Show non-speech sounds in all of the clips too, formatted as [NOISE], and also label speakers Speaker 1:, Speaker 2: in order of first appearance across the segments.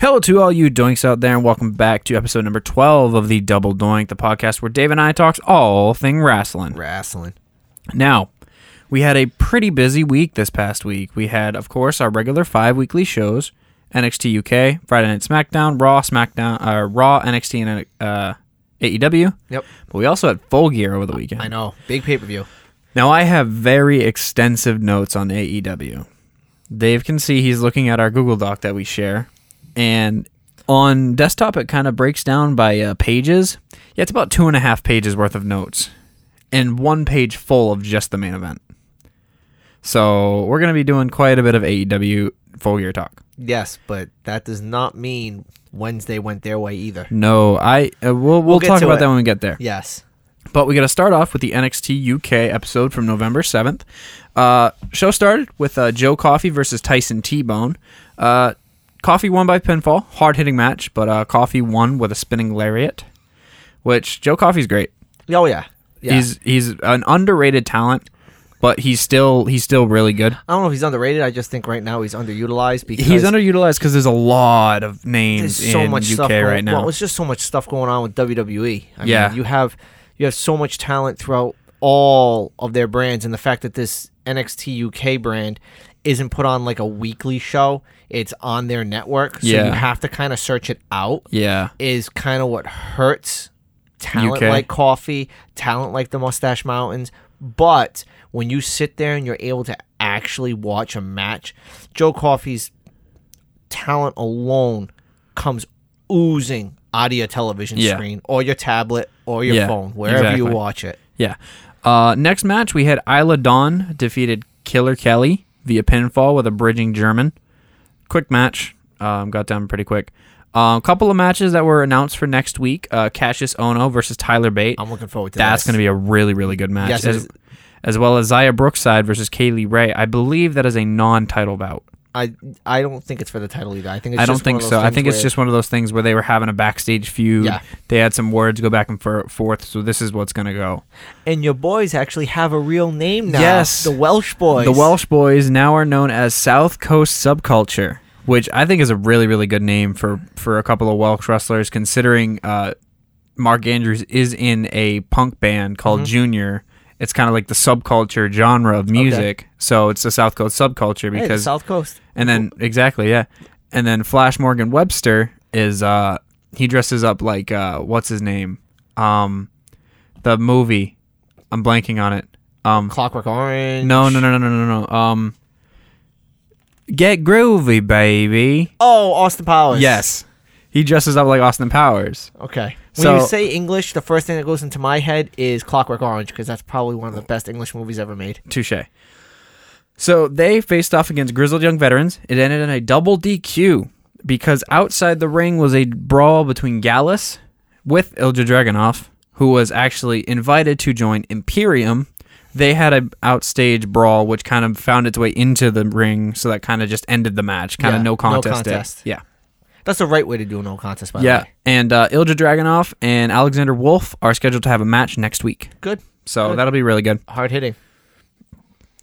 Speaker 1: Hello to all you doinks out there, and welcome back to episode number 12 of the Double Doink, the podcast where Dave and I talks all thing wrestling.
Speaker 2: Wrestling.
Speaker 1: Now, we had a pretty busy week this past week. We had, of course, our regular five weekly shows: NXT UK, Friday Night SmackDown, Raw, SmackDown, uh, Raw, NXT, and uh, AEW.
Speaker 2: Yep.
Speaker 1: But we also had Full Gear over the weekend.
Speaker 2: I know. Big pay per view.
Speaker 1: Now I have very extensive notes on AEW. Dave can see he's looking at our Google Doc that we share, and on desktop it kind of breaks down by uh, pages. Yeah, it's about two and a half pages worth of notes, and one page full of just the main event. So we're gonna be doing quite a bit of AEW full year talk.
Speaker 2: Yes, but that does not mean Wednesday went their way either.
Speaker 1: No, I uh, we'll we'll,
Speaker 2: get
Speaker 1: talk
Speaker 2: to
Speaker 1: about
Speaker 2: it.
Speaker 1: that when we get there.
Speaker 2: Yes.
Speaker 1: But we got to start off with the NXT UK episode from November 7th. Uh, show started with uh, Joe Coffey versus Tyson T Bone. Uh, Coffey won by pinfall, hard hitting match, but uh, Coffey won with a spinning lariat, which Joe Coffey's great.
Speaker 2: Oh yeah. Yeah.
Speaker 1: He's he's an underrated talent, but he's still he's still really good.
Speaker 2: I don't know if he's underrated. I just think right now he's underutilized because
Speaker 1: He's underutilized because there's a lot of names
Speaker 2: there's so
Speaker 1: in
Speaker 2: much
Speaker 1: UK
Speaker 2: stuff going,
Speaker 1: right now.
Speaker 2: Well, it's just so much stuff going on with WWE. I
Speaker 1: Yeah.
Speaker 2: mean, you have you have so much talent throughout all of their brands, and the fact that this NXT UK brand isn't put on like a weekly show; it's on their network, so
Speaker 1: Yeah.
Speaker 2: you have to kind of search it out.
Speaker 1: yeah,
Speaker 2: is kind of what hurts talent
Speaker 1: UK.
Speaker 2: like coffee, talent like the Mustache Mountains. But when you sit there and you're able to actually watch a match, Joe Coffey's talent alone comes oozing out of your television
Speaker 1: Yeah.
Speaker 2: screen or your tablet or your
Speaker 1: Yeah,
Speaker 2: phone, wherever
Speaker 1: exactly.
Speaker 2: you watch it.
Speaker 1: Yeah. Uh, next match, we had Isla Dawn defeated Killer Kelly via pinfall with a bridging German. Quick match. Um, got down pretty quick. Uh, A couple of matches that were announced for next week uh, Cassius Ono versus Tyler Bate.
Speaker 2: I'm looking forward to
Speaker 1: That's
Speaker 2: this.
Speaker 1: going to be a really, really good match.
Speaker 2: Oh, Yes, it
Speaker 1: as,
Speaker 2: is.
Speaker 1: as well as Zaya Brookside versus Kaylee Ray. I believe that is a non title bout.
Speaker 2: I I don't think it's for the title either. I think it's
Speaker 1: I don't
Speaker 2: just one
Speaker 1: think
Speaker 2: of those
Speaker 1: so. I
Speaker 2: things
Speaker 1: think it's
Speaker 2: where-
Speaker 1: just one of those things where they were having a backstage feud.
Speaker 2: Yeah.
Speaker 1: They had some words go back and for- forth, so this is what's going to go.
Speaker 2: and your boys actually have a real name now.
Speaker 1: Yes.
Speaker 2: the Welsh boys.
Speaker 1: The Welsh boys now are known as South Coast Subculture, which I think is a really, really good name for, for a couple of Welsh wrestlers, considering uh, Mark Andrews is in a punk band
Speaker 2: Mm-hmm.
Speaker 1: called Junior. It's kind of like the subculture genre of music. So it's the South Coast Subculture
Speaker 2: Hey, the
Speaker 1: because.
Speaker 2: South Coast.
Speaker 1: and then, exactly, yeah. And then Flash Morgan Webster is, uh, he dresses up like, uh, what's his name? Um, the movie. I'm blanking on it. Um,
Speaker 2: Clockwork Orange.
Speaker 1: no, no, no, no, no, no, no. Um, get groovy, baby.
Speaker 2: Oh, Austin Powers.
Speaker 1: Yes, he dresses up like Austin Powers.
Speaker 2: Okay. When
Speaker 1: So-
Speaker 2: you say English, the first thing that goes into my head is Clockwork Orange because that's probably one of the best English movies ever made.
Speaker 1: Touche. So they faced off against grizzled young veterans. It ended in a double DQ because outside the ring was a brawl between Gallus with Ilja Dragunov, who was actually invited to join Imperium. They had a outstage brawl, which kind of found its way into the ring, so that kind of just ended the match. Kind
Speaker 2: Yeah,
Speaker 1: of
Speaker 2: no
Speaker 1: no contest. it.
Speaker 2: contest.
Speaker 1: Yeah.
Speaker 2: That's the right way to do a no contest, by the
Speaker 1: Yeah,
Speaker 2: way.
Speaker 1: and uh, Ilja Dragunov and Alexander Wolf are scheduled to have a match next week,
Speaker 2: Good.
Speaker 1: so
Speaker 2: Good.
Speaker 1: that'll be really good.
Speaker 2: Hard hitting.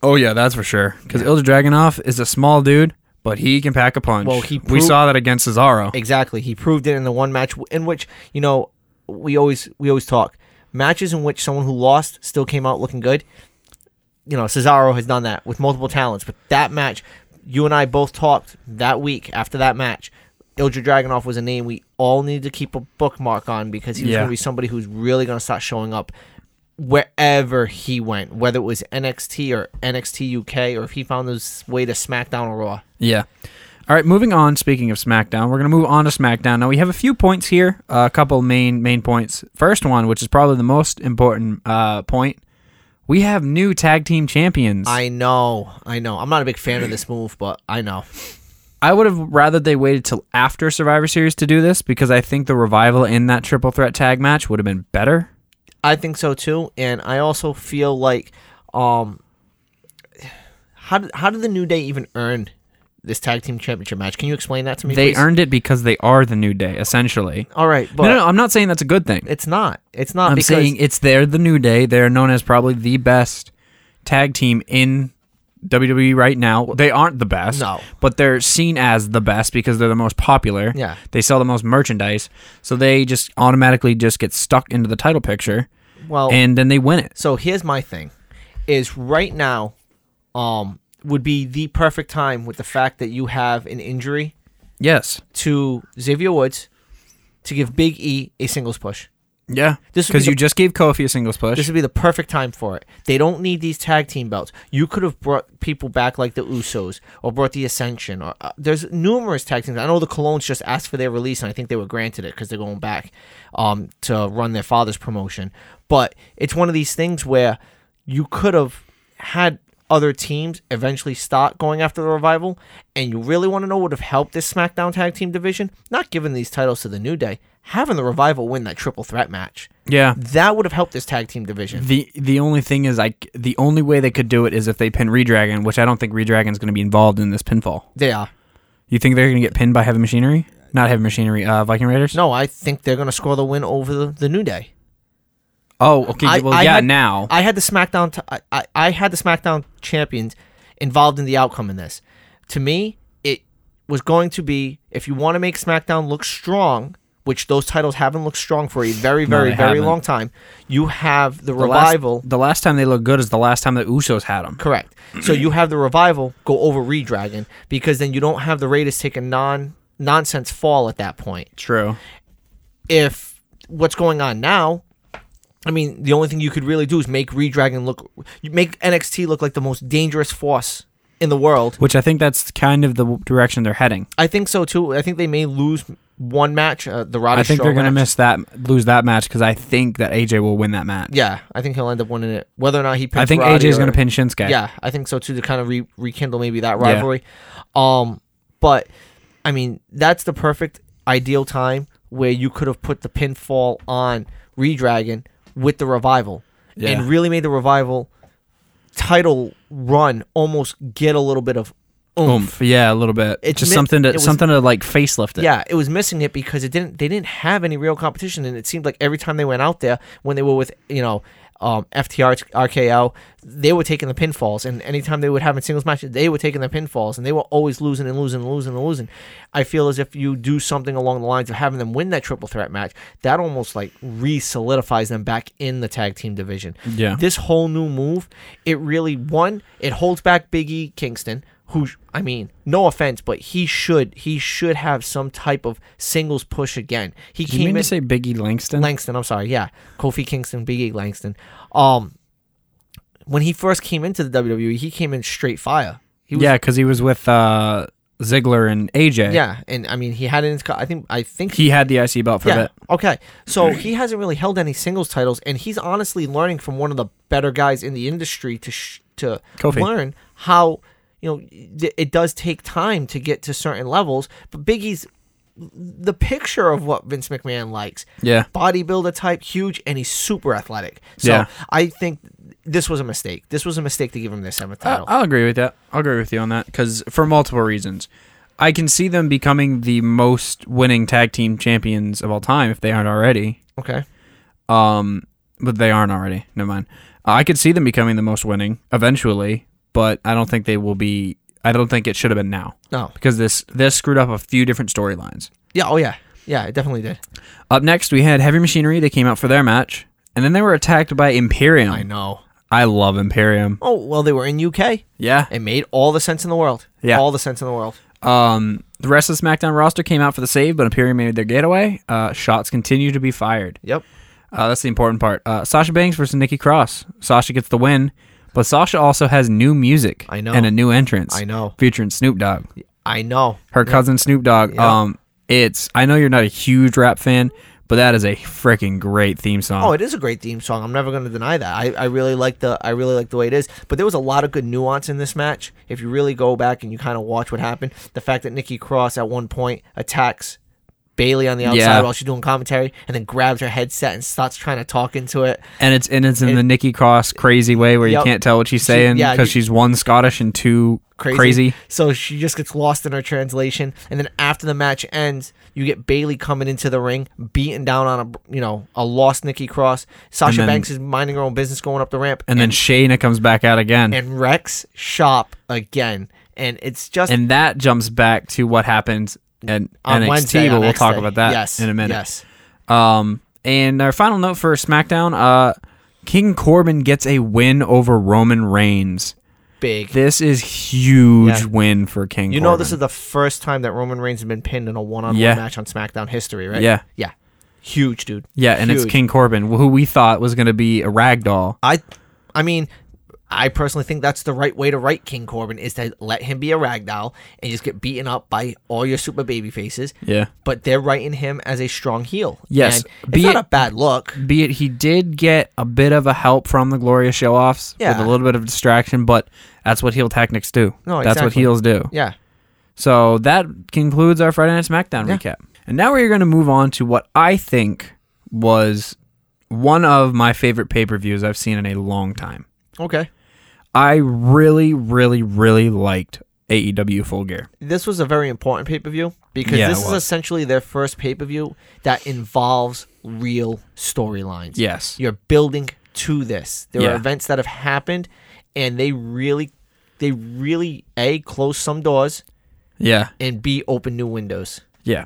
Speaker 1: Oh yeah, that's for sure. Because Ilja Dragunov is a small dude, but he can pack a punch.
Speaker 2: Well, he
Speaker 1: we
Speaker 2: pro-
Speaker 1: saw that against Cesaro.
Speaker 2: Exactly. He proved it in the one match w- in which, you know, we always we always talk. Matches in which someone who lost still came out looking good. You know, Cesaro has done that with multiple talents, but that match, you and I both talked that week after that match. Ilja Dragunov was a name we all needed to keep a bookmark on because he was
Speaker 1: Yeah.
Speaker 2: going to be somebody who's really going to start showing up wherever he went, whether it was NXT or NXT UK or if he found his way to SmackDown or Raw.
Speaker 1: Yeah. All right, moving on. Speaking of SmackDown, we're gonna move on to SmackDown. Now we have a few points here, a couple main main points. First one, which is probably the most important uh, point, we have new tag team champions.
Speaker 2: I know, I know. I'm not a big fan of this move, but I know.
Speaker 1: I would have rather they waited till after Survivor Series to do this because I think the revival in that triple threat tag match would have been better.
Speaker 2: I think so too, and I also feel like, um, how did how did the New Day even earn this tag team championship match? Can you explain that to me?
Speaker 1: They
Speaker 2: please?
Speaker 1: earned it because they are the New Day, essentially.
Speaker 2: All right, but
Speaker 1: no, no, no, I'm not saying that's a good thing.
Speaker 2: it's not. It's not
Speaker 1: I'm
Speaker 2: because
Speaker 1: saying it's they're the New Day. They're known as probably the best tag team in WWE right now. They aren't the best.
Speaker 2: No.
Speaker 1: But they're seen as the best because they're the most popular.
Speaker 2: Yeah.
Speaker 1: They sell the most merchandise. So they just automatically just get stuck into the title picture
Speaker 2: Well,
Speaker 1: and then they win it.
Speaker 2: So here's my thing: is right now, um, would be the perfect time with the fact that you have an injury
Speaker 1: Yes.
Speaker 2: to Xavier Woods to give Big E a singles push.
Speaker 1: Yeah.
Speaker 2: This would be
Speaker 1: Because
Speaker 2: the-
Speaker 1: you just gave Kofi a singles push.
Speaker 2: This would be the perfect time for it. They don't need these tag team belts. You could have brought people back like the Usos or brought the Ascension. Or uh, there's numerous tag teams. I know the Colognes just asked for their release, and I think they were granted it because they're going back um, to run their father's promotion. But it's one of these things where you could have had other teams eventually start going after the revival, and you really want to know what would have helped this SmackDown tag team division? Not giving these titles to the New Day, having the revival win that triple threat match.
Speaker 1: yeah.
Speaker 2: That would have helped this tag team division.
Speaker 1: The the only thing is like the only way they could do it is if they pin Redragon, which I don't think Redragon's going to be involved in this pinfall.
Speaker 2: They are.
Speaker 1: You think they're going to get pinned by Heavy Machinery? Not Heavy Machinery, uh, Viking Raiders?
Speaker 2: No, I think they're going to score the win over the, the New Day.
Speaker 1: Oh, okay.
Speaker 2: I-
Speaker 1: well,
Speaker 2: I
Speaker 1: yeah,
Speaker 2: had-
Speaker 1: now.
Speaker 2: I had the SmackDown. T- I, I, I had the SmackDown champions involved in the outcome in this. To me, it was going to be if you want to make SmackDown look strong, which those titles haven't looked strong for a very, very,
Speaker 1: they
Speaker 2: very
Speaker 1: haven't.
Speaker 2: long time. You have the,
Speaker 1: The last-
Speaker 2: revival.
Speaker 1: The last time they looked good is the last time the Usos had them.
Speaker 2: Correct. So you have the revival go over Redragon because then you don't have the Raiders take a non nonsense fall at that point.
Speaker 1: True.
Speaker 2: if what's going on now, I mean, the only thing you could really do is make Redragon look, you make NXT look like the most dangerous force in the world.
Speaker 1: Which I think that's kind of the w- direction they're heading.
Speaker 2: I think so too. I think they may lose one match, uh, the Roddy.
Speaker 1: I think
Speaker 2: Strong
Speaker 1: they're going to
Speaker 2: match.
Speaker 1: miss that, lose that match because I think that AJ will win that match.
Speaker 2: Yeah, I think he'll end up winning it, whether or not he. Pins
Speaker 1: I think AJ
Speaker 2: Roddy
Speaker 1: is
Speaker 2: or-
Speaker 1: going to pin Shinsuke.
Speaker 2: Yeah, I think so too to kind of re- rekindle maybe that
Speaker 1: Yeah.
Speaker 2: rivalry. Um, but I mean, that's the perfect ideal time where you could have put the pinfall on Redragon with the revival
Speaker 1: Yeah.
Speaker 2: and really made the revival title run almost get a little bit of oomph.
Speaker 1: Oomph. Yeah, a little bit.
Speaker 2: It's
Speaker 1: Just
Speaker 2: mi-
Speaker 1: something to
Speaker 2: it was-
Speaker 1: something to like facelift it.
Speaker 2: Yeah, it was missing it because it didn't. They didn't have any real competition, and it seemed like every time they went out there, when they were with you know um, FTR, RKO, they were taking the pinfalls, and anytime they would have a singles match, they were taking the pinfalls, and they were always losing and losing and losing and losing. I feel as if you do something along the lines of having them win that triple threat match, that almost like re solidifies them back in the tag team division.
Speaker 1: Yeah.
Speaker 2: this whole new move, it really one, it holds back Big E Kingston who sh- I mean, no offense, but he should he should have some type of singles push again. He
Speaker 1: Did you mean
Speaker 2: came in
Speaker 1: to say Biggie Langston?
Speaker 2: Langston, I'm sorry, yeah. Kofi Kingston, Big E Langston. Um when he first came into the WWE, he came in straight fire. He was
Speaker 1: yeah, because he was with uh, Ziggler and AJ.
Speaker 2: yeah, and I mean he had it in his co- I think I think
Speaker 1: He had the IC belt for
Speaker 2: yeah.
Speaker 1: that.
Speaker 2: Okay.
Speaker 1: [CLEARS THROAT]
Speaker 2: So he hasn't really held any singles titles, and he's honestly learning from one of the better guys in the industry to sh- to
Speaker 1: Kofi.
Speaker 2: learn how you know th- it does take time to get to certain levels. But Biggie's the picture of what Vince McMahon likes.
Speaker 1: Yeah.
Speaker 2: Bodybuilder type, huge, and he's super athletic. So
Speaker 1: Yeah.
Speaker 2: I think this was a mistake. This was a mistake to give him their seventh
Speaker 1: I-
Speaker 2: title.
Speaker 1: I'll agree with that. I'll agree with you on that because for multiple reasons, I can see them becoming the most winning tag team champions of all time if they aren't already.
Speaker 2: okay.
Speaker 1: Um, but they aren't already. Never mind. Uh, I could see them becoming the most winning eventually, but I don't think they will be. I don't think it should have been now
Speaker 2: No.
Speaker 1: because this this screwed up a few different storylines.
Speaker 2: Yeah. Oh yeah. Yeah. It definitely did.
Speaker 1: Up next, we had Heavy Machinery. They came out for their match, and then they were attacked by Imperium.
Speaker 2: I
Speaker 1: I,
Speaker 2: know.
Speaker 1: love Imperium.
Speaker 2: Oh well, they were in UK.
Speaker 1: Yeah.
Speaker 2: It made all the sense in the world.
Speaker 1: Yeah.
Speaker 2: All the sense in the world.
Speaker 1: Um, the rest of the SmackDown roster came out for the save, but Imperium made their getaway. Uh, shots continue to be fired.
Speaker 2: Yep.
Speaker 1: Uh, that's the important part. Uh, Sasha Banks versus Nikki Cross. Sasha gets the win, but Sasha also has new music.
Speaker 2: I know.
Speaker 1: And a new entrance.
Speaker 2: I know.
Speaker 1: Featuring Snoop Dogg,
Speaker 2: I know.
Speaker 1: her cousin Snoop Dogg. Um, it's I know you're not a huge rap fan, but that is a freaking great theme song.
Speaker 2: Oh, it is a great theme song. I'm never going to deny that. I, I really like the I really like the way it is. But there was a lot of good nuance in this match. If you really go back and you kind of watch what happened, the fact that Nikki Cross at one point attacks Bailey on the outside
Speaker 1: Yeah.
Speaker 2: while she's doing commentary, and then grabs her headset and starts trying to talk into it.
Speaker 1: and it's and it's in
Speaker 2: It-
Speaker 1: the Nikki Cross crazy way where
Speaker 2: Yep.
Speaker 1: you can't tell what she's saying
Speaker 2: yeah,
Speaker 1: because
Speaker 2: you-
Speaker 1: she's one Scottish and two
Speaker 2: Crazy.
Speaker 1: crazy.
Speaker 2: So she just gets lost in her translation, and then after the match ends, you get Bailey coming into the ring, beating down on a you know a lost Nikki Cross. Sasha
Speaker 1: then-
Speaker 2: Banks is minding her own business, going up the ramp,
Speaker 1: And then Shayna comes back out again, and,
Speaker 2: and Rex shop again, and it's just
Speaker 1: that jumps back to what happened at
Speaker 2: on
Speaker 1: NXT.
Speaker 2: Wednesday.
Speaker 1: but
Speaker 2: on
Speaker 1: we'll
Speaker 2: X
Speaker 1: talk
Speaker 2: Day.
Speaker 1: about that
Speaker 2: yes,
Speaker 1: in a minute.
Speaker 2: Yes,
Speaker 1: Um, and our final note for SmackDown: uh, King Corbin gets a win over Roman Reigns.
Speaker 2: big.
Speaker 1: This is huge
Speaker 2: Yeah.
Speaker 1: win for King.
Speaker 2: you
Speaker 1: Corbin.
Speaker 2: know, this is the first time that Roman Reigns has been pinned in a one-on-one
Speaker 1: Yeah.
Speaker 2: match on SmackDown history, right?
Speaker 1: Yeah.
Speaker 2: yeah, huge, dude.
Speaker 1: yeah, and it's
Speaker 2: huge.
Speaker 1: King Corbin, who we thought was going to be a ragdoll.
Speaker 2: I, I mean, I personally think that's the right way to write King Corbin is to let him be a ragdoll and just get beaten up by all your super baby faces.
Speaker 1: Yeah.
Speaker 2: But they're writing him as a strong heel.
Speaker 1: Yes,
Speaker 2: and
Speaker 1: be
Speaker 2: it's not
Speaker 1: it-
Speaker 2: a bad look.
Speaker 1: Be it he did get a bit of a help from the Gloria show offs
Speaker 2: Yeah.
Speaker 1: with a little bit of distraction, but that's what heel tactics do.
Speaker 2: No,
Speaker 1: That's what
Speaker 2: exactly.
Speaker 1: heels do.
Speaker 2: Yeah,
Speaker 1: So that concludes our Friday Night SmackDown recap. And now we're going to move on to what I think was one of my favorite pay per views I've seen in a long time.
Speaker 2: okay.
Speaker 1: I really, really, really liked AEW Full Gear.
Speaker 2: This was a very important pay per view because
Speaker 1: Yeah,
Speaker 2: this
Speaker 1: it
Speaker 2: is
Speaker 1: was.
Speaker 2: essentially their first pay per view that involves real storylines.
Speaker 1: Yes.
Speaker 2: You're building to this. There are
Speaker 1: Yeah.
Speaker 2: events that have happened, and they really, they really a close some doors
Speaker 1: Yeah.
Speaker 2: and b open new windows.
Speaker 1: Yeah.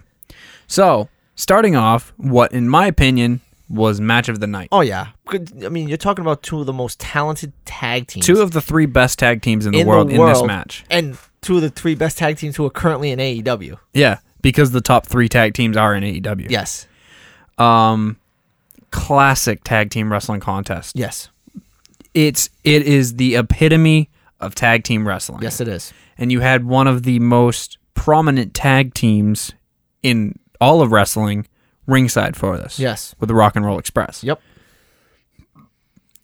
Speaker 1: So, starting off, what in my opinion was match of the night.
Speaker 2: Oh yeah, Good- I mean you're talking about two of the most talented tag teams,
Speaker 1: Two of the three best tag teams in the, world, in this match.
Speaker 2: and two of the three best tag teams who are currently in E AEW.
Speaker 1: Yeah, because the top three tag teams are in AEW.
Speaker 2: Yes,
Speaker 1: Um, classic tag team wrestling contest.
Speaker 2: yes,
Speaker 1: It's it is the epitome of tag team wrestling.
Speaker 2: yes, it is.
Speaker 1: and you had one of the most prominent tag teams in all of wrestling ringside for this.
Speaker 2: Yes.
Speaker 1: with the Rock and Roll Express.
Speaker 2: Yep.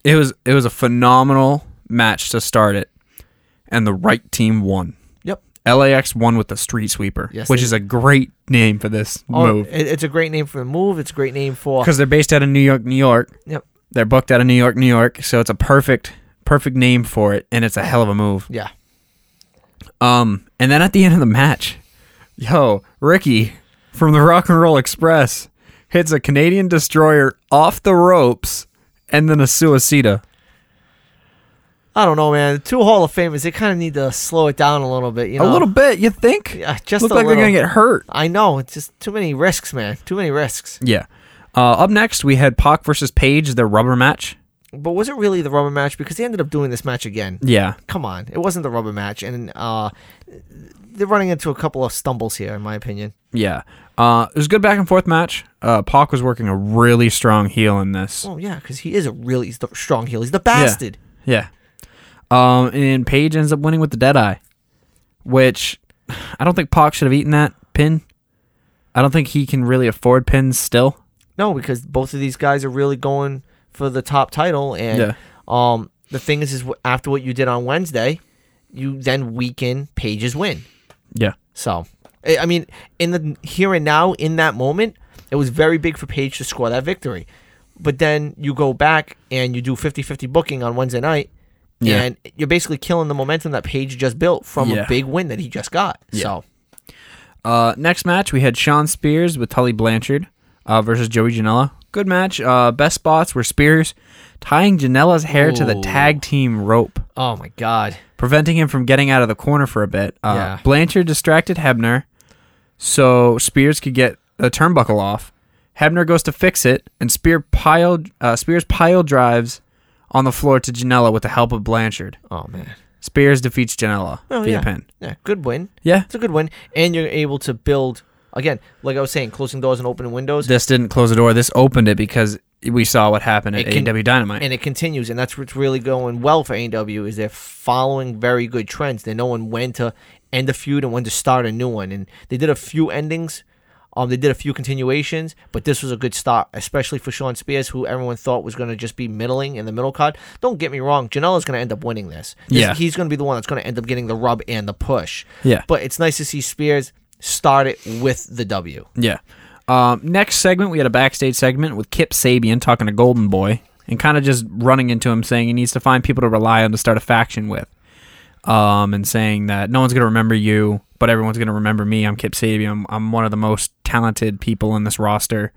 Speaker 1: It was it was a phenomenal match to start it, and the right team won.
Speaker 2: Yep.
Speaker 1: LAX won with the Street Sweeper,
Speaker 2: Yes,
Speaker 1: which
Speaker 2: they
Speaker 1: is a great name for this
Speaker 2: Oh,
Speaker 1: move
Speaker 2: it- it's a great name for the move. It's a great name for.
Speaker 1: because they're based out of New York, New York.
Speaker 2: Yep.
Speaker 1: They're booked out of New York, New York, so it's a perfect perfect name for it, and it's a hell of a move.
Speaker 2: Yeah.
Speaker 1: Um, and then at the end of the match, yo, Ricky from the Rock and Roll Express hits a Canadian destroyer off the ropes and then a suicida.
Speaker 2: I don't know, man. The two Hall of Famers, they kind of need to slow it down a little bit. You know,
Speaker 1: A little bit, you think?
Speaker 2: Yeah, just
Speaker 1: Look
Speaker 2: a
Speaker 1: like
Speaker 2: little.
Speaker 1: they're gonna get hurt.
Speaker 2: I know. It's just too many risks, man. Too many risks.
Speaker 1: Yeah. Uh, up next, we had Pac versus Page, the rubber match.
Speaker 2: But was it really the rubber match? Because they ended up doing this match again.
Speaker 1: Yeah.
Speaker 2: Come on, it wasn't the rubber match, and uh, they're running into a couple of stumbles here, in my opinion.
Speaker 1: Yeah. Uh, it was a good back and forth match. Uh, Pac was working a really strong heel in this.
Speaker 2: Oh yeah, because he is a really st- strong heel. He's the bastard.
Speaker 1: Yeah. Um, and Page ends up winning with the Deadeye, which I don't think Pac should have eaten that pin. I don't think he can really afford pins still.
Speaker 2: No, because both of these guys are really going for the top title, and
Speaker 1: Yeah.
Speaker 2: um, the thing is, is wh- after what you did on Wednesday, you then weaken Paige's win.
Speaker 1: Yeah.
Speaker 2: So, I I mean, in the here and now, in that moment, it was very big for Paige to score that victory. But then you go back and you do 50 50 booking on Wednesday night,
Speaker 1: Yeah.
Speaker 2: and you're basically killing the momentum that Paige just built from
Speaker 1: Yeah.
Speaker 2: a big win that he just got. So,
Speaker 1: Uh, next match, we had Sean Spears with Tully Blanchard uh, versus Joey Janela. Good match. Uh, best spots were Spears tying Janela's hair to the
Speaker 2: Ooh.
Speaker 1: tag team rope,
Speaker 2: oh my God.
Speaker 1: preventing him from getting out of the corner for a bit. Uh,
Speaker 2: Yeah.
Speaker 1: Blanchard distracted Hebner, so Spears could get the turnbuckle off. Hebner goes to fix it, and Spear pile, uh, Spears pile drives on the floor to Janela with the help of Blanchard.
Speaker 2: Oh, man.
Speaker 1: Spears defeats Janela
Speaker 2: Oh,
Speaker 1: via
Speaker 2: yeah.
Speaker 1: pin.
Speaker 2: Yeah, good win.
Speaker 1: Yeah.
Speaker 2: It's a good win. And you're able to build, again, like I was saying, closing doors and opening windows.
Speaker 1: this didn't close the door. This opened it because we saw what happened at
Speaker 2: It can-
Speaker 1: AEW Dynamite.
Speaker 2: and it continues, and that's what's really going well for AEW is they're following very good trends. They're knowing when to end a feud and when to start a new one, and they did a few endings, um, they did a few continuations, but this was a good start, especially for Sean Spears, who everyone thought was going to just be middling in the middle card. Don't get me wrong, Janela's going to end up winning this. This-
Speaker 1: Yeah.
Speaker 2: he's going to be the one that's going to end up getting the rub and the push.
Speaker 1: Yeah.
Speaker 2: but it's nice to see Spears start it with the W.
Speaker 1: yeah. Um, next segment, we had a backstage segment with Kip Sabian talking to Golden Boy and kind of just running into him, saying he needs to find people to rely on to start a faction with, um, and saying that no one's going to remember you, but everyone's going to remember me. I'm Kip Sabian. I'm, I'm one of the most talented people in this roster.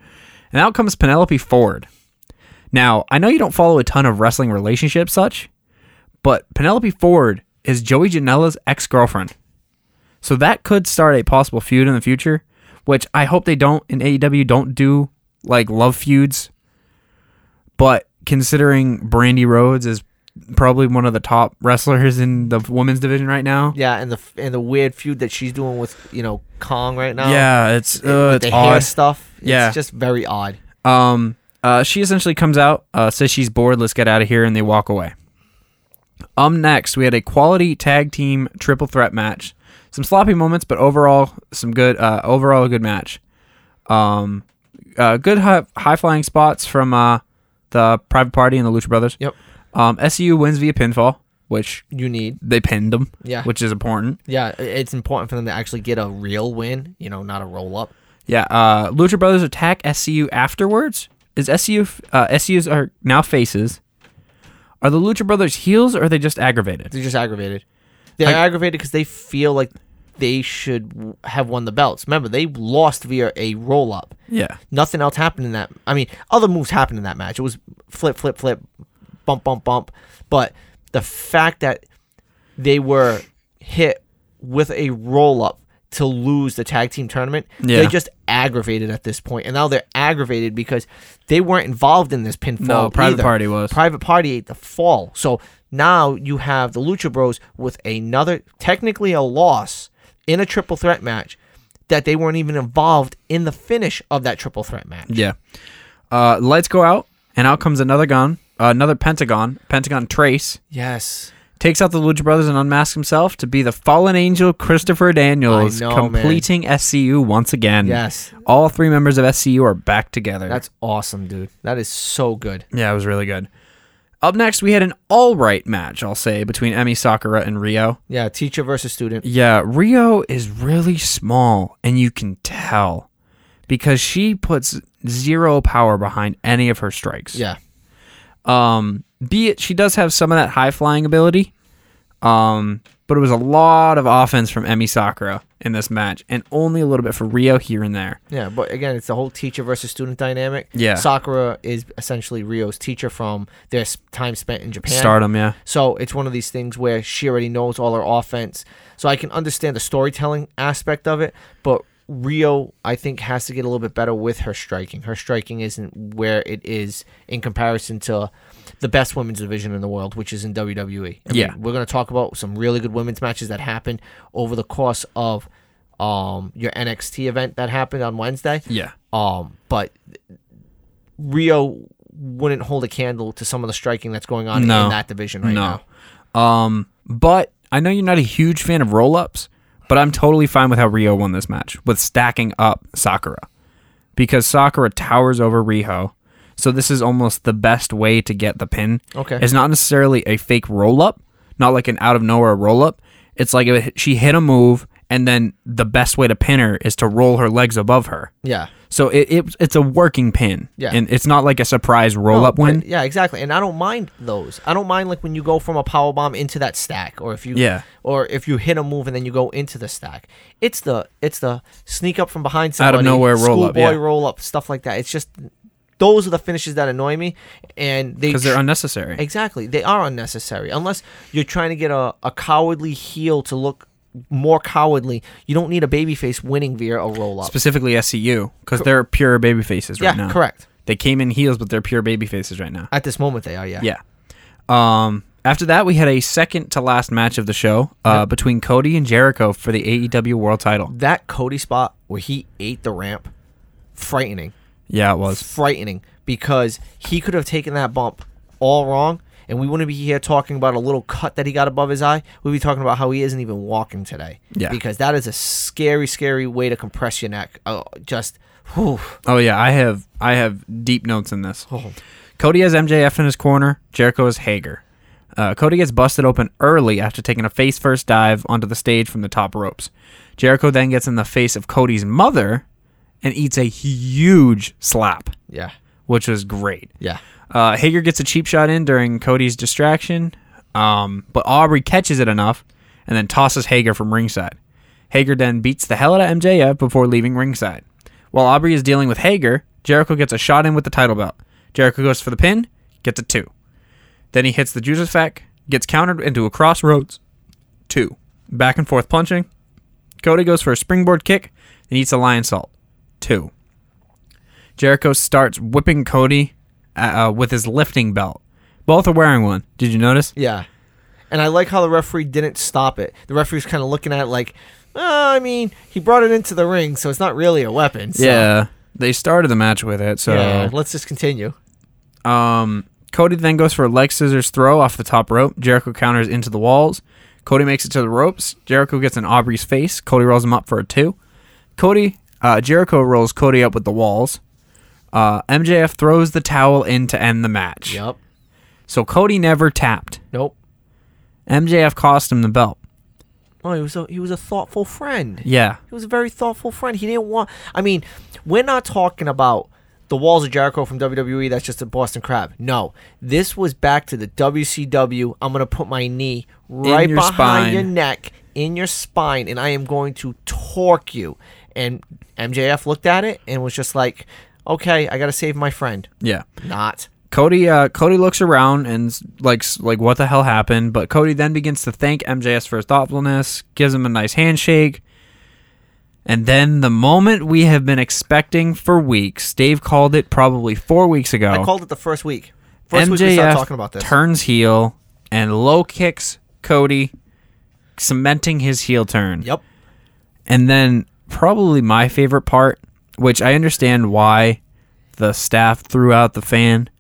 Speaker 1: And out comes Penelope Ford. Now, I know you don't follow a ton of wrestling relationships, such, but Penelope Ford is Joey Janela's ex girlfriend. So that could start a possible feud in the future, which I hope they don't in AEW don't do like love feuds. But considering Brandy Rhodes is probably one of the top wrestlers in the women's division right now.
Speaker 2: Yeah, and the f- and the weird feud that she's doing with you know Kong right now.
Speaker 1: Yeah, it's
Speaker 2: with
Speaker 1: uh, it's
Speaker 2: the hair
Speaker 1: odd.
Speaker 2: stuff.
Speaker 1: Yeah.
Speaker 2: it's just very odd.
Speaker 1: Um, uh, she essentially comes out, uh, says she's bored, let's get out of here, and they walk away. Um, next, we had a quality tag team triple threat match. Some sloppy moments, but overall, some good, uh, overall, a good match. Um, uh, good high, high flying spots from uh, the Private Party and the Lucha Brothers.
Speaker 2: Yep.
Speaker 1: Um, SU wins via pinfall, which
Speaker 2: You need
Speaker 1: they pinned them,
Speaker 2: yeah
Speaker 1: which is important.
Speaker 2: yeah. i- It's important for them to actually get a real win. You know, not a roll up.
Speaker 1: Yeah, uh, Lucha Brothers attack SCU afterwards. Is SCU f- uh, SCU's are now faces? Are the Lucha Brothers heels or are they just aggravated?
Speaker 2: They're just aggravated. They're
Speaker 1: I-
Speaker 2: aggravated because they feel like they should w- have won the belts. Remember, they lost via a roll up.
Speaker 1: Yeah,
Speaker 2: Nothing else happened in that. I mean, other moves happened in that match. It was flip, flip, flip, bump, bump, bump. But the fact that they were hit with a roll up to lose the tag team tournament,
Speaker 1: Yeah.
Speaker 2: they're just aggravated at this point. And now they're aggravated because they weren't involved in this pinfall.
Speaker 1: No, Private
Speaker 2: either.
Speaker 1: Party was.
Speaker 2: Private Party ate the fall. So now you have the Lucha Bros with another, technically a loss in a triple threat match that they weren't even involved in the finish of that triple threat match.
Speaker 1: yeah. Uh, lights go out, and out comes another gun, uh, another Pentagon. Pentagon Trace
Speaker 2: Yes.
Speaker 1: takes out the Lucha Brothers and unmasks himself to be the fallen angel Christopher Daniels,
Speaker 2: I know, man.
Speaker 1: completing SCU once again.
Speaker 2: Mm. Yes.
Speaker 1: all three members of SCU are back together.
Speaker 2: That's awesome, dude. That is so good.
Speaker 1: Yeah, it was really good. Up next, we had an all right match, I'll say, between Emi Sakura and Rio.
Speaker 2: Yeah, teacher versus student.
Speaker 1: Yeah, Rio is really small, and you can tell because she puts zero power behind any of her strikes.
Speaker 2: Yeah.
Speaker 1: Um, be it she does have some of that high flying ability, um, but it was a lot of offense from Emi Sakura in this match, and only a little bit for Rio here and there.
Speaker 2: Yeah, but again, it's the whole teacher versus student dynamic.
Speaker 1: Yeah.
Speaker 2: Sakura is essentially Rio's teacher from their s- time spent in Japan.
Speaker 1: Stardom, yeah,
Speaker 2: So it's one of these things where she already knows all her offense. So I can understand the storytelling aspect of it, but Rio, I think, has to get a little bit better with her striking. Her striking isn't where it is in comparison to the best women's division in the world, which is in WWE. I mean,
Speaker 1: Yeah.
Speaker 2: we're going to talk about some really good women's matches that happened over the course of um, your NXT event that happened on Wednesday.
Speaker 1: yeah.
Speaker 2: Um, but Rio wouldn't hold a candle to some of the striking that's going on
Speaker 1: No.
Speaker 2: in that division right now.
Speaker 1: no. Um, but I know you're not a huge fan of roll ups, but I'm totally fine with how Rio won this match with stacking up Sakura because Sakura towers over Riho. So this is almost the best way to get the pin.
Speaker 2: Okay.
Speaker 1: It's not necessarily a fake roll up, not like an out of nowhere roll up. It's like if she hit a move and then the best way to pin her is to roll her legs above her.
Speaker 2: Yeah.
Speaker 1: So it, it it's a working pin.
Speaker 2: Yeah.
Speaker 1: And it's not like a surprise roll up
Speaker 2: No,
Speaker 1: win.
Speaker 2: but- Yeah, exactly. And I don't mind those. I don't mind like when you go from a power bomb into that stack, or if you
Speaker 1: Yeah.
Speaker 2: or if you hit a move and then you go into the stack. It's the it's the sneak up from behind
Speaker 1: Out
Speaker 2: somebody,
Speaker 1: of nowhere roll up,
Speaker 2: schoolboy
Speaker 1: yeah.
Speaker 2: roll up, stuff like that. It's just those are the finishes that annoy me, and they
Speaker 1: Because they're unnecessary.
Speaker 2: Exactly. They are unnecessary. Unless you're trying to get a, a cowardly heel to look more cowardly, you don't need a babyface winning via a roll up.
Speaker 1: specifically SCU because they're pure baby faces
Speaker 2: Yeah,
Speaker 1: right now.
Speaker 2: correct.
Speaker 1: They came in heels, but they're pure baby faces right now.
Speaker 2: At this moment, they are, yeah.
Speaker 1: Yeah. Um. After that, we had a second to last match of the show uh, between Cody and Jericho for the AEW World Title.
Speaker 2: That Cody spot where he ate the ramp, frightening.
Speaker 1: Yeah, it was.
Speaker 2: Frightening because he could have taken that bump all wrong. And we wouldn't be here talking about a little cut that he got above his eye. We'd be talking about how he isn't even walking today.
Speaker 1: Yeah.
Speaker 2: Because that is a scary, scary way to compress your neck. Oh, just, whew.
Speaker 1: Oh yeah, I have I have deep notes in this.
Speaker 2: Oh.
Speaker 1: Cody has MJF in his corner. Jericho is Hager. Uh, Cody gets busted open early after taking a face first dive onto the stage from the top ropes. Jericho then gets in the face of Cody's mother and eats a huge slap,
Speaker 2: Yeah.
Speaker 1: which was great.
Speaker 2: Yeah.
Speaker 1: Uh, Hager gets a cheap shot in during Cody's distraction, um, but Aubrey catches it enough and then tosses Hager from ringside. Hager then beats the hell out of MJF before leaving ringside. While Aubrey is dealing with Hager, Jericho gets a shot in with the title belt. Jericho goes for the pin, gets a two. Then he hits the juice effect, gets countered into a crossroads, two. Back and forth punching. Cody goes for a springboard kick and eats a lion salt, two. Jericho starts whipping Cody uh, uh, with his lifting belt. Both are wearing one. Did you notice?
Speaker 2: Yeah. And I like how the referee didn't stop it. The referee's kind of looking at it like, oh, I mean, he brought it into the ring, so it's not really a weapon. so-
Speaker 1: Yeah, they started the match with it. So
Speaker 2: Yeah, let's just continue.
Speaker 1: Um, Cody then goes for a leg scissors throw off the top rope. Jericho counters into the walls. Cody makes it to the ropes. Jericho gets in Aubrey's face. Cody rolls him up for a two. Cody uh, Jericho rolls Cody up with the walls. Uh, MJF throws the towel in to end the match.
Speaker 2: Yep.
Speaker 1: So Cody never tapped.
Speaker 2: Nope.
Speaker 1: MJF cost him the belt.
Speaker 2: Oh, he was a, he was a thoughtful friend.
Speaker 1: Yeah.
Speaker 2: He was a very thoughtful friend. He didn't want. I mean, we're not talking about the walls of Jericho from WWE. That's just a Boston crab. No, this was back to the WCW. I'm gonna put my knee right
Speaker 1: your
Speaker 2: behind
Speaker 1: spine.
Speaker 2: your neck, in your spine, and I am going to torque you. And MJF looked at it and was just like, "Okay, I gotta save my friend."
Speaker 1: Yeah.
Speaker 2: Not.
Speaker 1: Cody uh, Cody looks around and like like what the hell happened, but Cody then begins to thank MJS for his thoughtfulness, gives him a nice handshake. And then the moment we have been expecting for weeks, Dave called it probably 4 weeks ago.
Speaker 2: I called it the first week. First week we started talking about this.
Speaker 1: turns heel and low kicks Cody cementing his heel turn.
Speaker 2: yep.
Speaker 1: And then probably my favorite part, which I understand why the staff threw out the fan,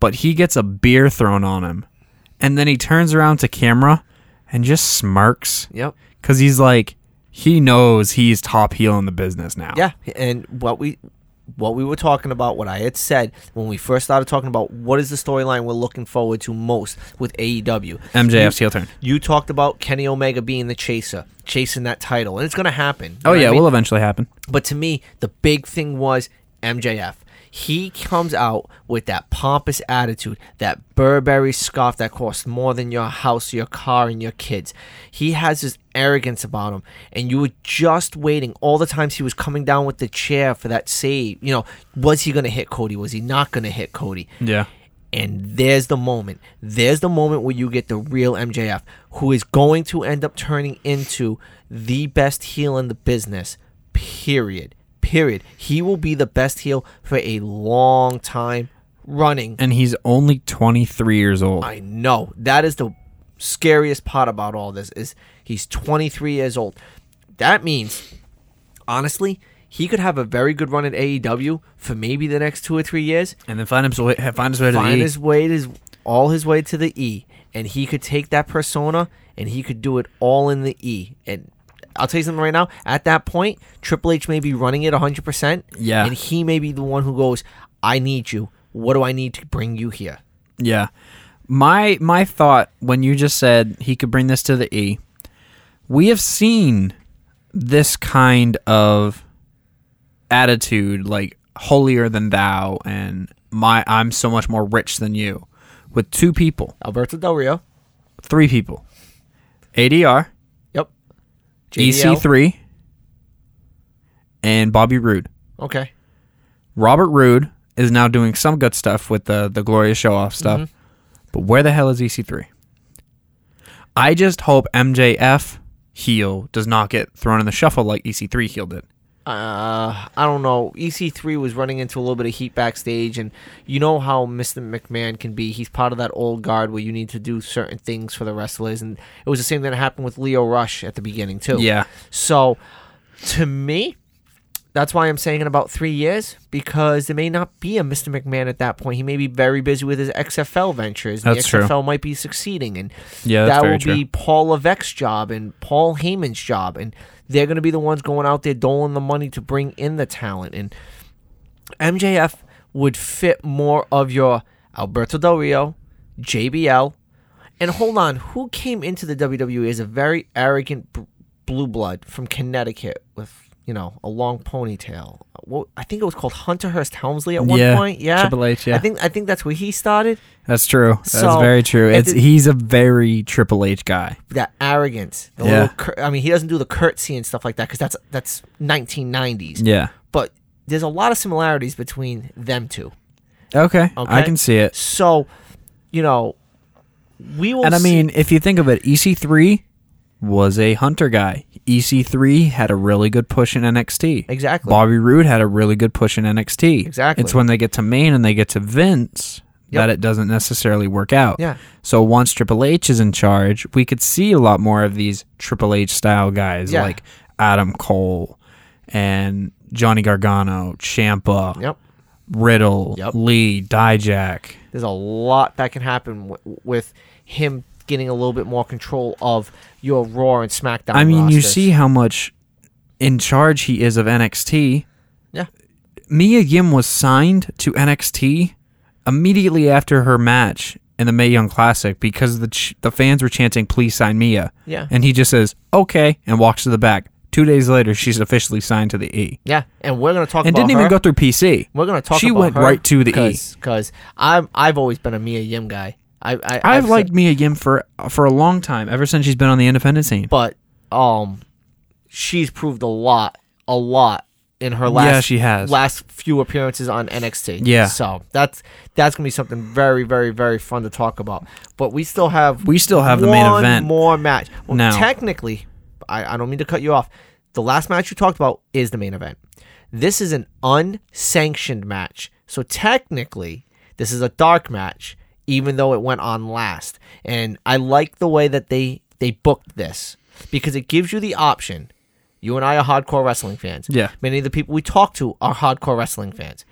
Speaker 1: but he gets a beer thrown on him. And then he turns around to camera and just smirks
Speaker 2: Yep.
Speaker 1: cuz he's like he knows he's top heel in the business now.
Speaker 2: Yeah, and what we what we were talking about, what I had said when we first started talking about what is the storyline we're looking forward to most with AEW.
Speaker 1: MJF's heel turn.
Speaker 2: You talked about Kenny Omega being the chaser, chasing that title, and it's going to happen. You
Speaker 1: Oh
Speaker 2: know what I
Speaker 1: yeah,
Speaker 2: mean?
Speaker 1: will eventually happen.
Speaker 2: But to me, the big thing was MJF. He comes out with that pompous attitude, that Burberry scarf that costs more than your house, your car, and your kids. He has this arrogance about him, and you were just waiting all the times he was coming down with the chair for that save. You know, was he going to hit Cody? Was he not going to hit Cody?
Speaker 1: Yeah.
Speaker 2: And there's the moment. There's the moment where you get the real MJF, who is going to end up turning into the best heel in the business. Period. Period. He will be the best heel for a long time running.
Speaker 1: And he's only 23 years old.
Speaker 2: I know. That is the scariest part about all this is he's 23 years old. That means honestly, he could have a very good run at AEW for maybe the next 2 or 3 years
Speaker 1: and then find his way find his way to the
Speaker 2: find
Speaker 1: E.
Speaker 2: his way to his, all his way to the E, and he could take that persona and he could do it all in the E. And I'll tell you something right now. At that point, Triple H may be running it 100. percent
Speaker 1: Yeah.
Speaker 2: and he may be the one who goes, "I need you. What do I need to bring you here?"
Speaker 1: Yeah. My my thought when you just said he could bring this to the E, we have seen this kind of attitude like holier than thou and my I'm so much more rich than you with two people,
Speaker 2: Alberto Del Rio.
Speaker 1: three people. ADR,
Speaker 2: Yep. JDL.
Speaker 1: EC3, E and Bobby Roode.
Speaker 2: Okay.
Speaker 1: Robert Roode is now doing some good stuff with the the glorious show off stuff.
Speaker 2: Mm-hmm.
Speaker 1: But where the hell is EC3? I just hope MJF heel does not get thrown in the shuffle like EC3 heel did.
Speaker 2: Uh, I don't know. EC3 was running into a little bit of heat backstage, and you know how Mr. McMahon can be. He's part of that old guard where you need to do certain things for the wrestlers, and it was the same thing that happened with Leo Rush at the beginning too.
Speaker 1: Yeah.
Speaker 2: So, to me, that's why I'm saying in about three years because there may not be a Mr. McMahon at that point. He may be very busy with his XFL ventures. and
Speaker 1: That's
Speaker 2: the
Speaker 1: true.
Speaker 2: XFL might be succeeding, and
Speaker 1: Yeah, that's
Speaker 2: that
Speaker 1: very
Speaker 2: will
Speaker 1: true.
Speaker 2: be Paul Levesque's job and Paul Heyman's job, and they're going to be the ones going out there doling the money to bring in the talent. And MJF would fit more of your Alberto Del Rio, JBL, and hold on, who E came into the WWE as a very arrogant b- blue blood from Connecticut with you know, a long ponytail. What I think it was called Hunterhurst Helmsley at one
Speaker 1: Yeah,
Speaker 2: point. Yeah,
Speaker 1: Triple H, yeah.
Speaker 2: I think I think that's where he started.
Speaker 1: That's true. That's
Speaker 2: So,
Speaker 1: very true.
Speaker 2: and
Speaker 1: It's
Speaker 2: did-
Speaker 1: he's a very Triple H guy.
Speaker 2: That arrogance. The
Speaker 1: Yeah.
Speaker 2: little cur- I mean, he doesn't do the curtsy and stuff like that because that's that's 1990s.
Speaker 1: Yeah.
Speaker 2: But there's a lot of similarities between them two.
Speaker 1: Okay. I
Speaker 2: Okay.
Speaker 1: can see it.
Speaker 2: So, you know, we will.
Speaker 1: And I
Speaker 2: see-
Speaker 1: mean, if you think of it, EC3 was a hunter guy. EC3 had a really good push in NXT.
Speaker 2: exactly.
Speaker 1: Bobby Roode had a really good push in NXT.
Speaker 2: Exactly.
Speaker 1: It's when they get to Maine and they get to Vince
Speaker 2: Yep.
Speaker 1: that it doesn't necessarily work out.
Speaker 2: Yeah.
Speaker 1: So once Triple H is in charge, we could see a lot more of these Triple H style guys
Speaker 2: Yeah.
Speaker 1: like Adam Cole and Johnny Gargano, Champa,
Speaker 2: Yep.
Speaker 1: Riddle,
Speaker 2: Yep.
Speaker 1: Lee, Dijak.
Speaker 2: There's a lot that can happen w- with him getting a little bit more control of your Raw and SmackDown.
Speaker 1: I mean, you
Speaker 2: rosters.
Speaker 1: see how much in charge he is of NXT.
Speaker 2: Yeah.
Speaker 1: Mia Yim was signed to NXT immediately after her match in the May Young Classic because the ch- the fans were chanting "Please sign Mia."
Speaker 2: Yeah.
Speaker 1: and he just says "Okay" and walks to the back. Two days later, she's officially signed to the E
Speaker 2: Yeah, and we're gonna talk
Speaker 1: and
Speaker 2: about
Speaker 1: didn't even
Speaker 2: her.
Speaker 1: go through PC.
Speaker 2: We're gonna talk.
Speaker 1: She
Speaker 2: about
Speaker 1: went
Speaker 2: her
Speaker 1: right to the E.
Speaker 2: cause, Because I'm I've always been a Mia Yim guy. I, I
Speaker 1: I've,
Speaker 2: said-
Speaker 1: liked Mia Yim for for a long time, ever since she's been on the independent scene.
Speaker 2: but um, she's proved a lot, a lot in her last.
Speaker 1: Yeah, she has.
Speaker 2: last few appearances on NXT.
Speaker 1: Yeah.
Speaker 2: so that's that's gonna be something very, very, very fun to talk about. But we still have
Speaker 1: We still have the main
Speaker 2: one
Speaker 1: event.
Speaker 2: more match. Well,
Speaker 1: Now-
Speaker 2: technically, I, I don't mean to cut you off. The last match you talked about is the main event. This is an unsanctioned match, so technically, this is a dark match, even though it went on last. And I like the way that they they booked this because it gives you the option. You and I are hardcore wrestling fans.
Speaker 1: Yeah.
Speaker 2: Many of the people we talk to are hardcore wrestling fans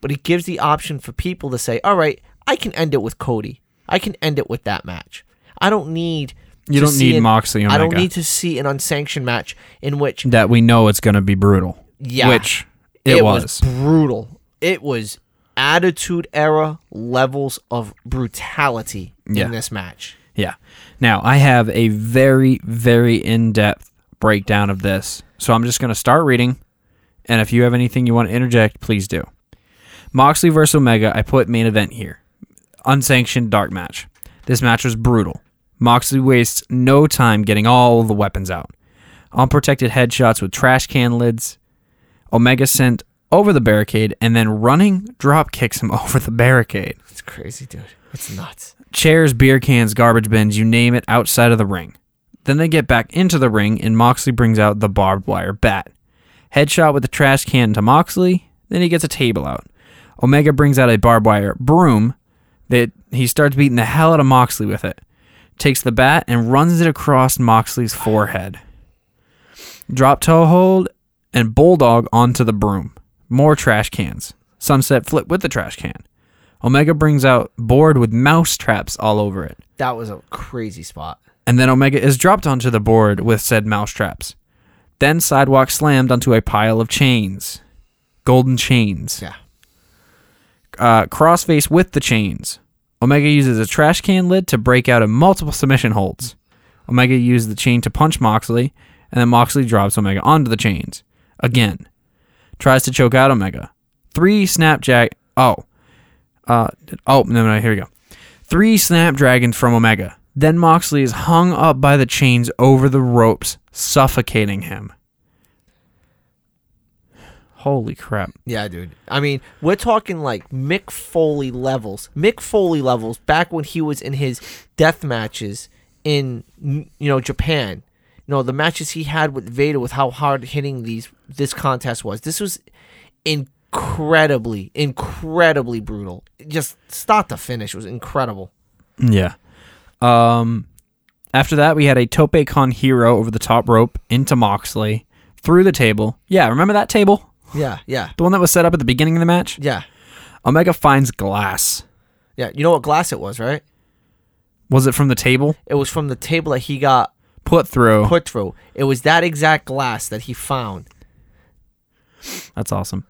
Speaker 2: but it gives the option for people to say, all right, I can end it with Cody. I can end it with that match. I don't need.
Speaker 1: You
Speaker 2: to
Speaker 1: don't
Speaker 2: see
Speaker 1: need Moxley
Speaker 2: I don't
Speaker 1: Omega.
Speaker 2: need to see an unsanctioned match in which
Speaker 1: that we know it's going to be brutal.
Speaker 2: Yeah.
Speaker 1: which it, was.
Speaker 2: brutal. It was attitude era levels of brutality
Speaker 1: Yeah.
Speaker 2: in this match.
Speaker 1: Yeah. Now, I have a very, very in depth breakdown of this. So I'm just going to start reading. And if you have anything you want to interject, please do. Moxley versus Omega, I put main event here. Unsanctioned dark match. This match was brutal. Moxley wastes no time getting all the weapons out. Unprotected headshots with trash can lids. Omega sent over the barricade and then running drop kicks him [LAUGHS] over the barricade
Speaker 2: It's crazy, dude. It's nuts.
Speaker 1: chairs, beer cans, garbage bins, you name it, outside of the ring. Then they get back into the ring, and Moxley brings out the barbed wire bat. Headshot with the trash can to Moxley, then he gets a table out. Omega brings out a barbed wire broom that he starts beating the hell out of Moxley with it. Takes the bat and runs it across Moxley's forehead. Drop toe hold and bulldog onto the broom. More trash cans. Sunset flip with the trash can. Omega brings out board with mouse traps all over it.
Speaker 2: That was a crazy spot.
Speaker 1: And then Omega is dropped onto the board with said mouse traps. Then sidewalk slammed onto a pile of chains. Golden chains.
Speaker 2: Yeah.
Speaker 1: Uh, crossface with the chains. Omega uses a trash can lid to break out of multiple submission holds. Omega used the chain to punch Moxley, and then Moxley drops Omega onto the chains. Again. Tries to choke out Omega. Three snapjack. Oh. Uh, oh, no, no, here we go. Three snapdragons from Omega. Then Moxley is hung up by the chains over the ropes, suffocating him. Holy crap.
Speaker 2: Yeah, dude. I mean, we're talking like Mick Foley levels. Mick Foley levels back when he was in his death matches in you know Japan. You know the matches he had with Vader with how hard hitting these this contest was. This was incredibly, incredibly brutal. Just start to finish was incredible.
Speaker 1: Yeah. Um, after that, we had a Tope Con hero over the top rope into Moxley through the table. Yeah, remember that table?
Speaker 2: Yeah, yeah,
Speaker 1: The one that was set up at the beginning of the match?
Speaker 2: yeah,
Speaker 1: Omega finds glass.
Speaker 2: yeah. You know what glass it was, right?
Speaker 1: Was it from the table?
Speaker 2: It was from the table that he got
Speaker 1: Put through.
Speaker 2: put through. It was that exact glass that he found.
Speaker 1: That's awesome.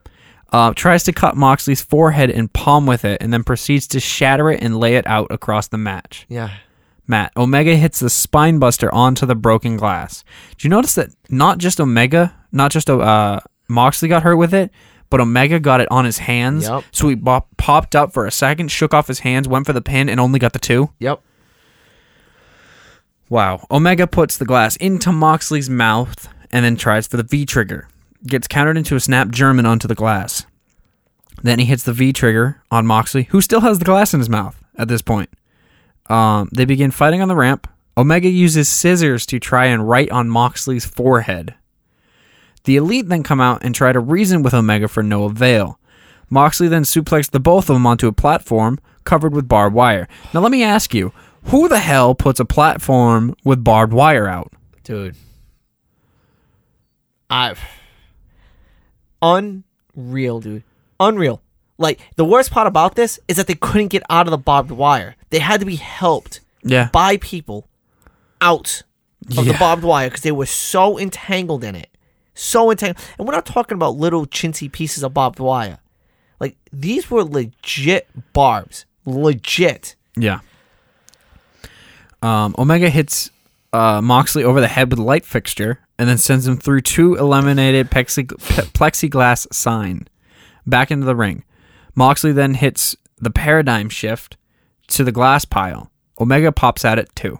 Speaker 1: Uh, tries to cut Moxley's forehead and palm with it, and then proceeds to shatter it and lay it out across the match.
Speaker 2: Yeah.
Speaker 1: Matt, Omega hits the spine buster onto the broken glass. Do you notice that not just Omega not just a uh, Moxley got hurt with it, but Omega got it on his hands.
Speaker 2: Yep.
Speaker 1: So he bop- popped up for a second, shook off his hands, went for the pin, and only got the two.
Speaker 2: Yep.
Speaker 1: Wow. Omega puts the glass into Moxley's mouth and then tries for the V trigger. Gets countered into a snap German onto the glass. Then he hits the V trigger on Moxley, who still has the glass in his mouth at this point. Um, they begin fighting on the ramp. Omega uses scissors to try and write on Moxley's forehead. The elite then come out and try to reason with Omega for no avail. Moxley then suplexed the both of them onto a platform covered with barbed wire. Now let me ask you, who the hell puts a platform with barbed wire out?
Speaker 2: Dude. I've unreal, dude. Unreal. Like the worst part about this is that they couldn't get out of the barbed wire. They had to be helped
Speaker 1: Yeah.
Speaker 2: by people out of the
Speaker 1: Yeah.
Speaker 2: barbed wire because they were so entangled in it. So entangled. And we're not talking about little chintzy pieces of barbed wire. Like these were legit barbs. Legit.
Speaker 1: Yeah. Um, Omega hits uh, Moxley over the head with a light fixture and then sends him through two eliminated plexi- pe- plexiglass sign back into the ring. Moxley then hits the paradigm shift to the glass pile. Omega pops at it too.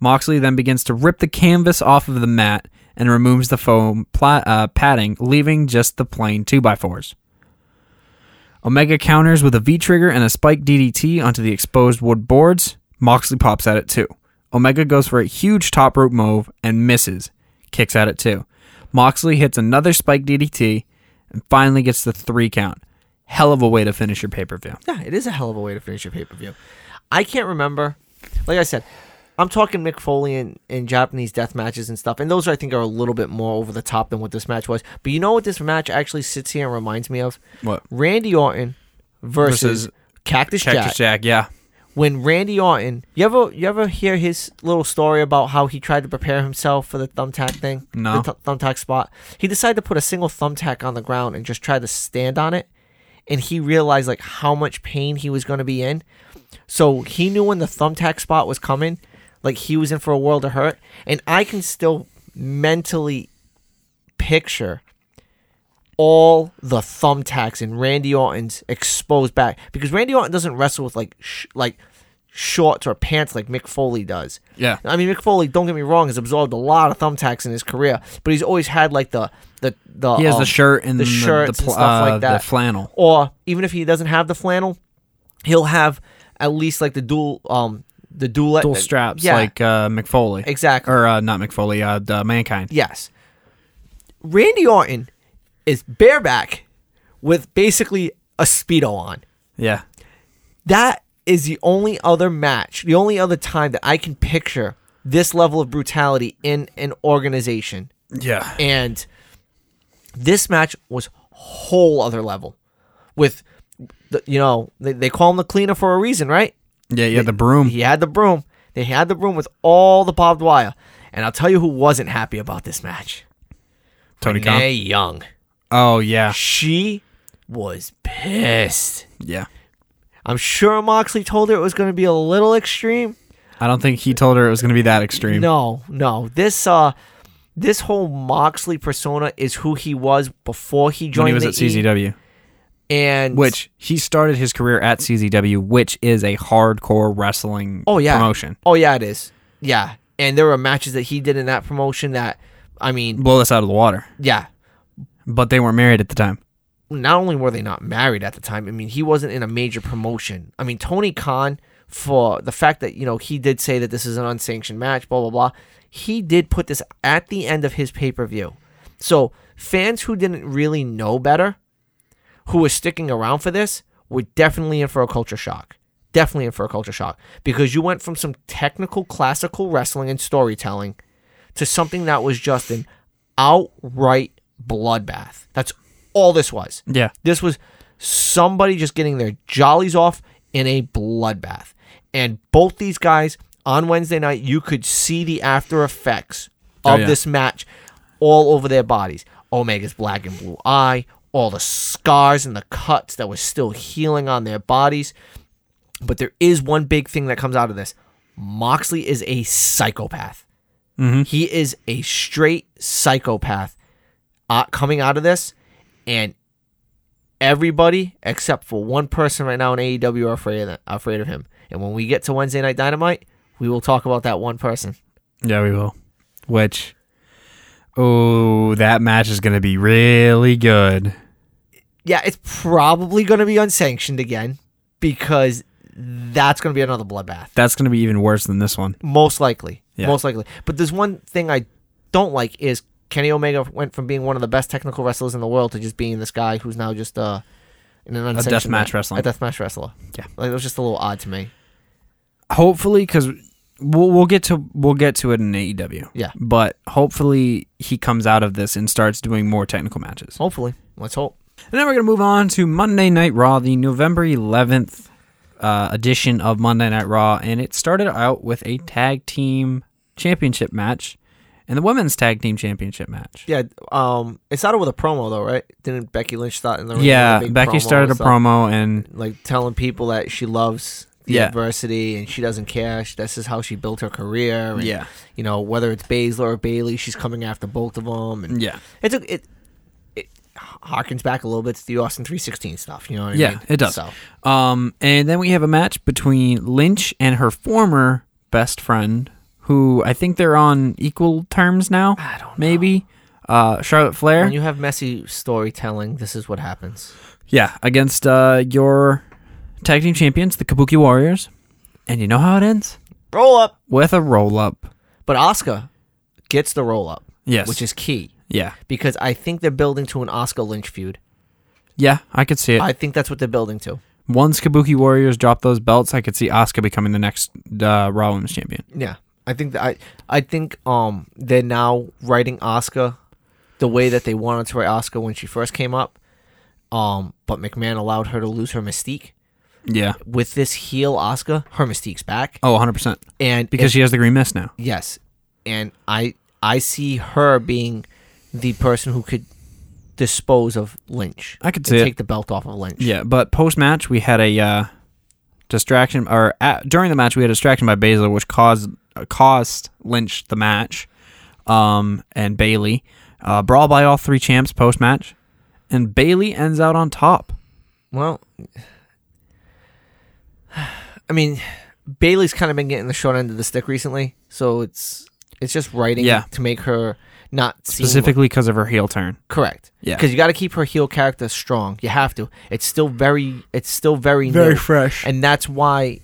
Speaker 1: Moxley then begins to rip the canvas off of the mat and removes the foam pla- uh, padding, leaving just the plain 2x4s. Omega counters with a V trigger and a spike DDT onto the exposed wood boards. Moxley pops at it too. Omega goes for a huge top rope move and misses. Kicks at it too. Moxley hits another spike DDT and finally gets the three count. Hell of a way to finish your pay per view.
Speaker 2: Yeah, it is a hell of a way to finish your pay per view. I can't remember. Like I said, I'm talking Mick Foley and, and Japanese death matches and stuff, and those I think are a little bit more over the top than what this match was. But you know what this match actually sits here and reminds me of?
Speaker 1: What?
Speaker 2: Randy Orton versus,
Speaker 1: Versus
Speaker 2: Cactus, Jack.
Speaker 1: Cactus Jack, yeah.
Speaker 2: When Randy Orton, you ever you ever hear his little story about how he tried to prepare himself for the thumbtack thing?
Speaker 1: No.
Speaker 2: The th- thumbtack spot. He decided to put a single thumbtack on the ground and just try to stand on it, and he realized like how much pain he was going to be in. So he knew when the thumbtack spot was coming, like he was in for a world of hurt. And I can still mentally picture all the thumbtacks in Randy Orton's exposed back because Randy Orton doesn't wrestle with like sh- like shorts or pants like Mick Foley does.
Speaker 1: Yeah.
Speaker 2: I mean Mick Foley, don't get me wrong, has absorbed a lot of thumbtacks in his career, but he's always had like the the the
Speaker 1: He has
Speaker 2: um,
Speaker 1: the shirt and
Speaker 2: the
Speaker 1: the,
Speaker 2: shirts
Speaker 1: the,
Speaker 2: and
Speaker 1: pl-
Speaker 2: stuff
Speaker 1: uh,
Speaker 2: like that.
Speaker 1: the flannel.
Speaker 2: or even if he doesn't have the flannel, he'll have at least like the dual um the dual
Speaker 1: Dual straps like uh, McFoley.
Speaker 2: exactly
Speaker 1: Or uh, not McFoley, uh, the Mankind.
Speaker 2: Yes. Randy Orton is bareback with basically a Speedo on.
Speaker 1: Yeah.
Speaker 2: That is the only other match, the only other time that I can picture this level of brutality in an organization.
Speaker 1: Yeah.
Speaker 2: And this match was whole other level with, the, you know, they, they call him the cleaner for a reason, right?
Speaker 1: Yeah, yeah, the broom.
Speaker 2: He had the broom. They had the broom with all the barbed wire. And I'll tell you who wasn't happy about this match.
Speaker 1: Tony Khan.
Speaker 2: Renee Young.
Speaker 1: Oh, yeah.
Speaker 2: She was pissed.
Speaker 1: Yeah.
Speaker 2: I'm sure Moxley told her it was going to be a little extreme.
Speaker 1: I don't think he told her it was going to be that extreme.
Speaker 2: No, no. This uh this whole Moxley persona is who he was before he joined
Speaker 1: when he was
Speaker 2: the
Speaker 1: at CZW,
Speaker 2: E, and
Speaker 1: which he started his career at CZW, which is a hardcore wrestling
Speaker 2: oh yeah.
Speaker 1: promotion.
Speaker 2: Oh yeah, it is. Yeah. And there were matches that he did in that promotion that I mean,
Speaker 1: Blow this out of the water.
Speaker 2: yeah.
Speaker 1: But they weren't married at the time.
Speaker 2: Not only were they not married at the time, I mean, he wasn't in a major promotion. I mean, Tony Khan for the fact that, you know, he did say that this is an unsanctioned match, blah blah blah. He did put this at the end of his pay-per-view. So, fans who didn't really know better who was sticking around for this were definitely in for a culture shock. Definitely in for a culture shock because you went from some technical classical wrestling and storytelling to something that was just an outright bloodbath. That's all this was.
Speaker 1: Yeah.
Speaker 2: This was somebody just getting their jollies off in a bloodbath. And both these guys on Wednesday night, you could see the after effects of
Speaker 1: yeah.
Speaker 2: this match all over their bodies. Omega's black and blue eye, all the scars and the cuts that were still healing on their bodies. But there is one big thing that comes out of this Moxley is a psychopath. He is a straight psychopath uh, coming out of this, and everybody except for one person right now in AEW are afraid of, are afraid of him. And when we get to Wednesday Night Dynamite, we will talk about that one person.
Speaker 1: Yeah, we will. Which, oh, that match is going to be really good.
Speaker 2: Yeah, it's probably going to be unsanctioned again because that's going to be another bloodbath.
Speaker 1: That's going to be even worse than this one.
Speaker 2: Most likely.
Speaker 1: Yeah.
Speaker 2: Most likely. But there's one thing I don't like is Kenny Omega went from being one of the best technical wrestlers in the world to just being this guy who's now just uh in an unsanctioned
Speaker 1: deathmatch
Speaker 2: match-
Speaker 1: wrestler.
Speaker 2: A deathmatch wrestler.
Speaker 1: Yeah.
Speaker 2: Like it was just a little odd to me.
Speaker 1: Hopefully, because we'll we'll get to we'll get to it in AEW.
Speaker 2: Yeah.
Speaker 1: but hopefully he comes out of this and starts doing more technical matches.
Speaker 2: Hopefully. Let's hope.
Speaker 1: And now we're going to move on to Monday Night Raw, the November 11th uh, edition of Monday Night Raw. And it started out with a tag team championship match and the women's tag team championship match.
Speaker 2: Yeah, um it started with a promo though, right? Didn't Becky Lynch start in the ring with a
Speaker 1: Yeah,
Speaker 2: big
Speaker 1: Becky
Speaker 2: promo
Speaker 1: started
Speaker 2: and
Speaker 1: a
Speaker 2: stuff?
Speaker 1: promo, and
Speaker 2: like telling people that she loves the
Speaker 1: Yeah.
Speaker 2: adversity and she doesn't care. She, this is how she built her career. And,
Speaker 1: Yeah.
Speaker 2: you know whether it's Baszler or Bailey, she's coming after both of them. And
Speaker 1: yeah,
Speaker 2: it took it. It harkens back a little bit to the Austin three sixteen stuff. You know what I
Speaker 1: Yeah,
Speaker 2: mean?
Speaker 1: it does.
Speaker 2: So
Speaker 1: Um, and then we have a match between Lynch and her former best friend, who I think they're on equal terms now. I don't maybe. Uh, Charlotte Flair.
Speaker 2: when you have messy storytelling, this is what happens.
Speaker 1: yeah, against uh, your tag team champions, the Kabuki Warriors, and you know how it ends
Speaker 2: Roll up,
Speaker 1: with a roll up.
Speaker 2: but Oscar gets the roll up,
Speaker 1: Yes.
Speaker 2: which is key
Speaker 1: yeah,
Speaker 2: because I think they're building to an Oscar Lynch feud.
Speaker 1: yeah, I could see it.
Speaker 2: I think that's what they're building to.
Speaker 1: Once Kabuki Warriors drop those belts, I could see Asuka becoming the next uh, Raw Women's Champion.
Speaker 2: Yeah, I think that I I think um they're now writing Oscar the way that they wanted to write Oscar when she first came up. Um, but McMahon allowed her to lose her mystique
Speaker 1: Yeah.
Speaker 2: with this heel Oscar. Her mystique's back,
Speaker 1: Oh, 100 percent.
Speaker 2: and
Speaker 1: Because she has the green mist now.
Speaker 2: it- yes, and I I see her being the person who could dispose of Lynch.
Speaker 1: I could
Speaker 2: and
Speaker 1: see it.
Speaker 2: take the belt off of Lynch.
Speaker 1: Yeah, but post match we had a uh, distraction, or at, during the match we had a distraction by Baszler, which caused uh, cost Lynch the match, um, and Bailey uh, brawl by all three champs post match, and Bailey ends out on top.
Speaker 2: Well, I mean, Bailey's kind of been getting the short end of the stick recently, so it's it's just writing
Speaker 1: Yeah.
Speaker 2: to make her not seem
Speaker 1: Specifically because of her heel turn.
Speaker 2: correct.
Speaker 1: Yeah.
Speaker 2: because you got to keep her heel character strong. You have to. It's still very it's still very new.
Speaker 1: fresh.
Speaker 2: and that's why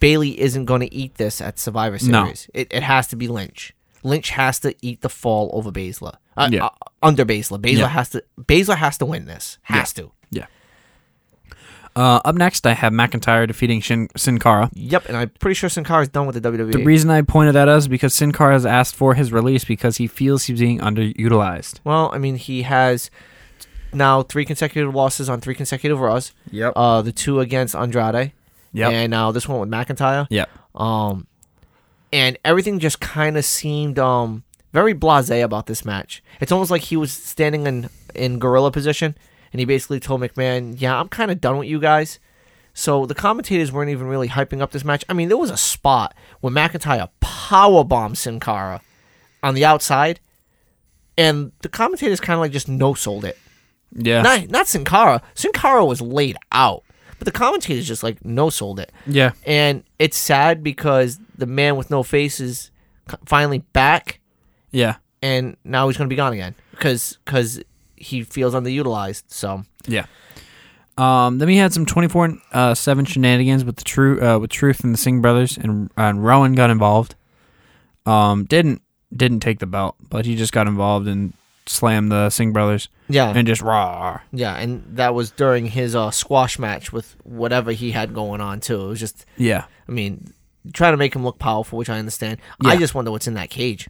Speaker 2: Bailey isn't going to eat this at Survivor
Speaker 1: No.
Speaker 2: Series. It, it has to be Lynch. Lynch has to eat the fall over Baszler. Uh,
Speaker 1: Yeah.
Speaker 2: uh, under Baszler. Baszler
Speaker 1: Yeah.
Speaker 2: has to Baszler has to win this. Has to.
Speaker 1: Yeah. Uh, up next, I have McIntyre defeating Shin- Sin Cara.
Speaker 2: Yep, and I'm pretty sure Sin Cara's done with the E. WWE.
Speaker 1: The reason I pointed that out is because Sin Cara has asked for his release because he feels he's being underutilized.
Speaker 2: Well, I mean, he has now three consecutive losses on three consecutive Raws.
Speaker 1: Yep.
Speaker 2: Uh, the two against Andrade.
Speaker 1: Yep.
Speaker 2: And now this one with McIntyre.
Speaker 1: Yep.
Speaker 2: Um, and everything just kind of seemed um very blasé about this match. It's almost like he was standing in in gorilla position, and he basically told McMahon, "Yeah, I'm kind of done with you guys." So the commentators weren't even really hyping up this match. I mean, there was a spot where McIntyre power bombed Sin Cara on the outside, and the commentators kind of like just no sold it.
Speaker 1: Yeah.
Speaker 2: Not not Sin Cara. Sin Cara was laid out, but the commentators just like no sold it.
Speaker 1: Yeah.
Speaker 2: And it's sad because the man with no face is c- finally back,
Speaker 1: Yeah.
Speaker 2: and now he's going to be gone again because he feels underutilized. So
Speaker 1: Yeah. Um, then we had some twenty four uh, seven shenanigans with the true uh, with Truth and the Singh brothers, and and Rowan got involved. Um, didn't didn't take the belt, but he just got involved and slammed the Singh brothers
Speaker 2: yeah,
Speaker 1: and just raw.
Speaker 2: yeah, and that was during his uh, squash match with whatever he had going on too. It was just,
Speaker 1: Yeah,
Speaker 2: I mean, trying to make him look powerful, which I understand. I
Speaker 1: Yeah.
Speaker 2: just wonder what's in that cage,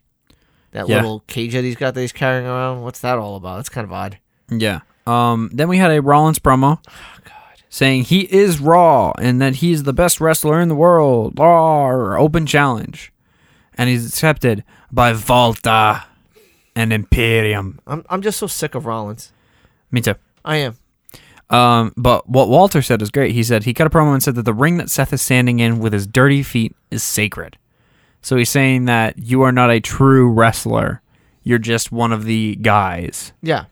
Speaker 2: that
Speaker 1: Yeah.
Speaker 2: little cage that he's got that he's carrying around. What's that all about? It's kind of odd.
Speaker 1: yeah. Um, then we had a Rollins promo saying he is Raw and that he's the best wrestler in the world. Raw open challenge, and he's accepted by Volta and Imperium.
Speaker 2: I'm I'm just so sick of Rollins.
Speaker 1: Me too.
Speaker 2: I am.
Speaker 1: Um, but what Walter said is great. He said he cut a promo and said that the ring that Seth is standing in with his dirty feet is sacred. So he's saying that you are not a true wrestler. You're just one of the guys.
Speaker 2: Yeah.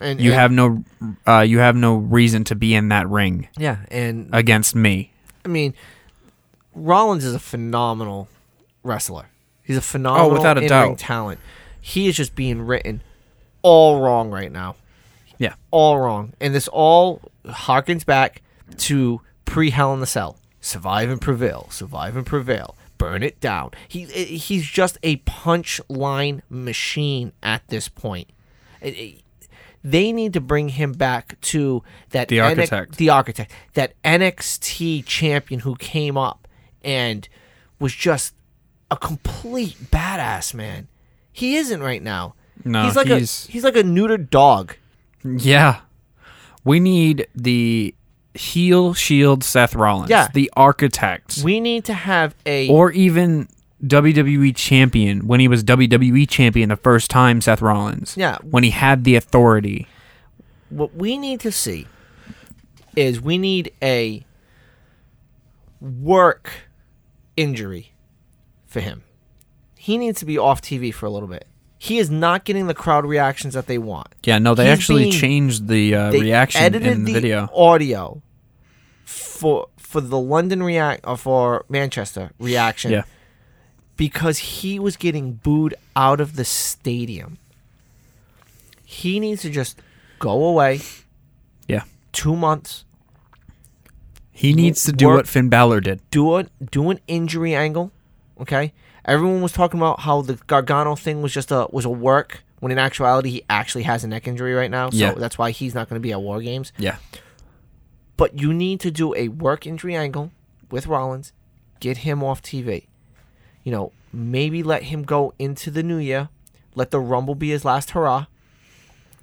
Speaker 2: And
Speaker 1: You
Speaker 2: and-
Speaker 1: have no, uh, you have no reason to be in that ring
Speaker 2: yeah, and
Speaker 1: against me.
Speaker 2: I mean, Rollins is a phenomenal wrestler. He's a phenomenal
Speaker 1: Oh, without a
Speaker 2: in-ring
Speaker 1: doubt.
Speaker 2: talent. He is just being written all wrong right now.
Speaker 1: Yeah.
Speaker 2: All wrong. And this all harkens back to pre Hell in the Cell. Survive and prevail. Survive and prevail. Burn it down. He eh, he's just a punchline machine at this point. It- it- they need to bring him back to that
Speaker 1: The
Speaker 2: NX
Speaker 1: architect.
Speaker 2: the architect, that NXT champion who came up and was just a complete badass man. He isn't right now.
Speaker 1: No,
Speaker 2: he's like
Speaker 1: he's-
Speaker 2: a he's like a neutered dog.
Speaker 1: Yeah. We need the heel shield Seth Rollins.
Speaker 2: Yeah.
Speaker 1: The architect.
Speaker 2: We need to have a
Speaker 1: or even WWE champion when he was WWE champion the first time Seth Rollins.
Speaker 2: Yeah.
Speaker 1: When he had the authority.
Speaker 2: what we need to see is we need a work injury for him. He needs to be off TV for a little bit. He is not getting the crowd reactions that they want.
Speaker 1: Yeah, no, they
Speaker 2: He's
Speaker 1: actually
Speaker 2: being-
Speaker 1: changed the uh,
Speaker 2: They
Speaker 1: reaction
Speaker 2: edited
Speaker 1: in the, video.
Speaker 2: audio for for the London react or for Manchester reaction
Speaker 1: Yeah.
Speaker 2: because he was getting booed out of the stadium. He needs to just go away
Speaker 1: Yeah.
Speaker 2: two months,
Speaker 1: He needs to do
Speaker 2: work-
Speaker 1: what Finn Balor did.
Speaker 2: do a do an injury angle. Okay, everyone was talking about how the Gargano thing was just a was a work when in actuality he actually has a neck injury right now, so
Speaker 1: Yeah.
Speaker 2: that's why he's not going to be at War Games.
Speaker 1: Yeah.
Speaker 2: But you need to do a work injury angle with Rollins, get him off TV. You know, maybe let him go into the new year, let the Rumble be his last hurrah.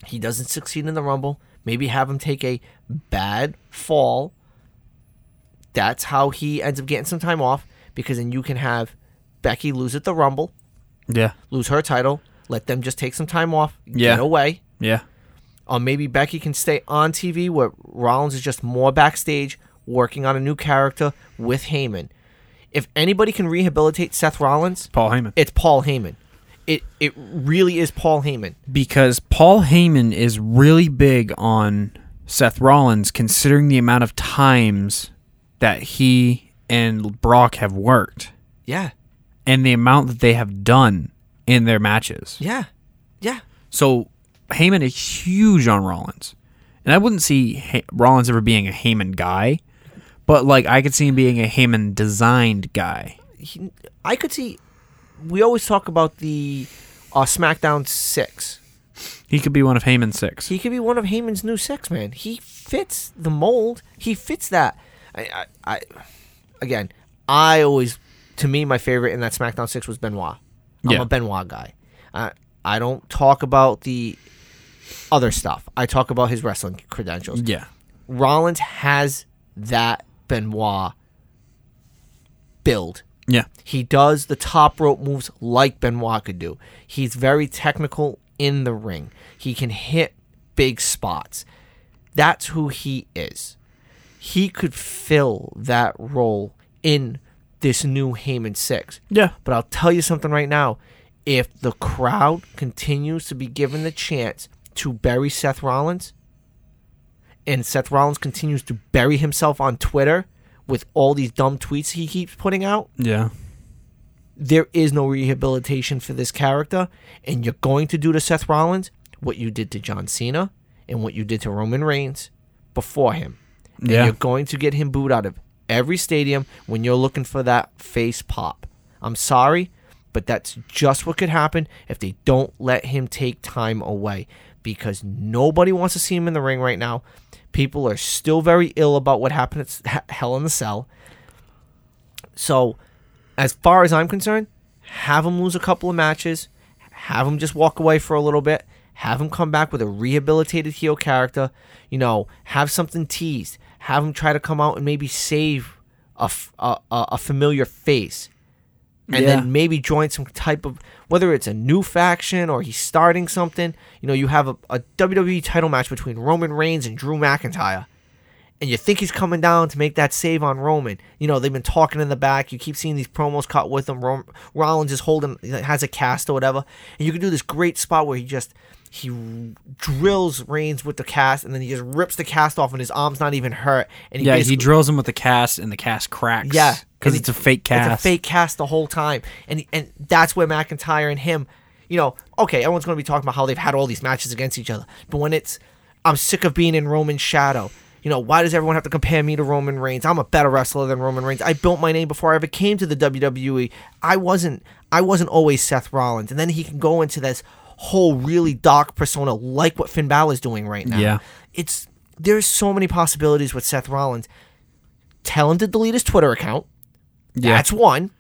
Speaker 2: He doesn't succeed in the Rumble. Maybe have him take a bad fall. That's how he ends up getting some time off because then you can have Becky lose at the Rumble,
Speaker 1: Yeah.
Speaker 2: lose her title, let them just take some time off,
Speaker 1: Yeah.
Speaker 2: get away
Speaker 1: Yeah.
Speaker 2: or Um, maybe Becky can stay on TV where Rollins is just more backstage working on a new character with Heyman. If anybody can rehabilitate Seth Rollins,
Speaker 1: Paul Heyman.
Speaker 2: it's Paul Heyman. It it really is Paul Heyman.
Speaker 1: because Paul Heyman is really big on Seth Rollins, considering the amount of times that he and Brock have worked
Speaker 2: Yeah.
Speaker 1: and the amount that they have done in their matches.
Speaker 2: Yeah. Yeah.
Speaker 1: So Heyman is huge on Rollins, and I wouldn't see Hey- Rollins ever being a Heyman guy, but like I could see him being a Heyman designed guy.
Speaker 2: He, I could see we always talk about the uh, SmackDown 6.
Speaker 1: He could be one of Heyman's six.
Speaker 2: He could be one of Heyman's new six man. He fits the mold. He fits that. I, I, I again, I always, to me, my favorite in that SmackDown six was Benoit. I'm
Speaker 1: Yeah.
Speaker 2: a Benoit guy. I, I don't talk about the other stuff. I talk about his wrestling credentials.
Speaker 1: yeah,
Speaker 2: Rollins has that Benoit build.
Speaker 1: yeah,
Speaker 2: He does the top rope moves like Benoit could do. He's very technical in the ring. He can hit big spots. That's who he is. He could fill that role in this new Heyman 6.
Speaker 1: yeah.
Speaker 2: But I'll tell you something right now. If the crowd continues to be given the chance to bury Seth Rollins, and Seth Rollins continues to bury himself on Twitter with all these dumb tweets he keeps putting out,
Speaker 1: Yeah.
Speaker 2: there is no rehabilitation for this character, and you're going to do to Seth Rollins what you did to John Cena and what you did to Roman Reigns before him. And
Speaker 1: Yeah.
Speaker 2: you're going to get him booed out of every stadium when you're looking for that face pop. I'm sorry, but that's just what could happen if they don't let him take time away because nobody wants to see him in the ring right now. People are still very ill about what happened at S- Hell in the Cell. So, as far as I'm concerned, have him lose a couple of matches, have him just walk away for a little bit, have him come back with a rehabilitated heel character, you know, have something teased, have him try to come out and maybe save a, f- a, a- a familiar face. And
Speaker 1: Yeah.
Speaker 2: then maybe join some type of whether it's a new faction or he's starting E something. You know, you have a, a WWE title match between Roman Reigns and Drew McIntyre and you think he's coming down to make that save on Roman. You know, they've been talking in the back. You keep seeing these promos cut with him. Rom- Rollins is holding, has a cast or whatever. And you can do this great spot where he just, he drills Reigns with the cast and then he just rips the cast off and his arm's not even hurt. And he
Speaker 1: Yeah, he
Speaker 2: basically-
Speaker 1: drills him with the cast, and the cast cracks.
Speaker 2: Yeah,
Speaker 1: because
Speaker 2: and
Speaker 1: it's a fake cast.
Speaker 2: It's a fake cast the whole time, and and that's where McIntyre and him, you know, okay, everyone's going to be talking about how they've had all these matches against each other, but when it's, I'm sick of being in Roman shadow. You know, why does everyone have to compare me to Roman Reigns? I'm a better wrestler than Roman Reigns. I built my name before I ever came to the WWE. I wasn't. I wasn't always Seth Rollins, and then he can go into this whole really dark persona like what Finn Balor's doing right now.
Speaker 1: Yeah.
Speaker 2: It's there's so many possibilities with Seth Rollins. Tell him to delete his Twitter account.
Speaker 1: yeah,
Speaker 2: That's one.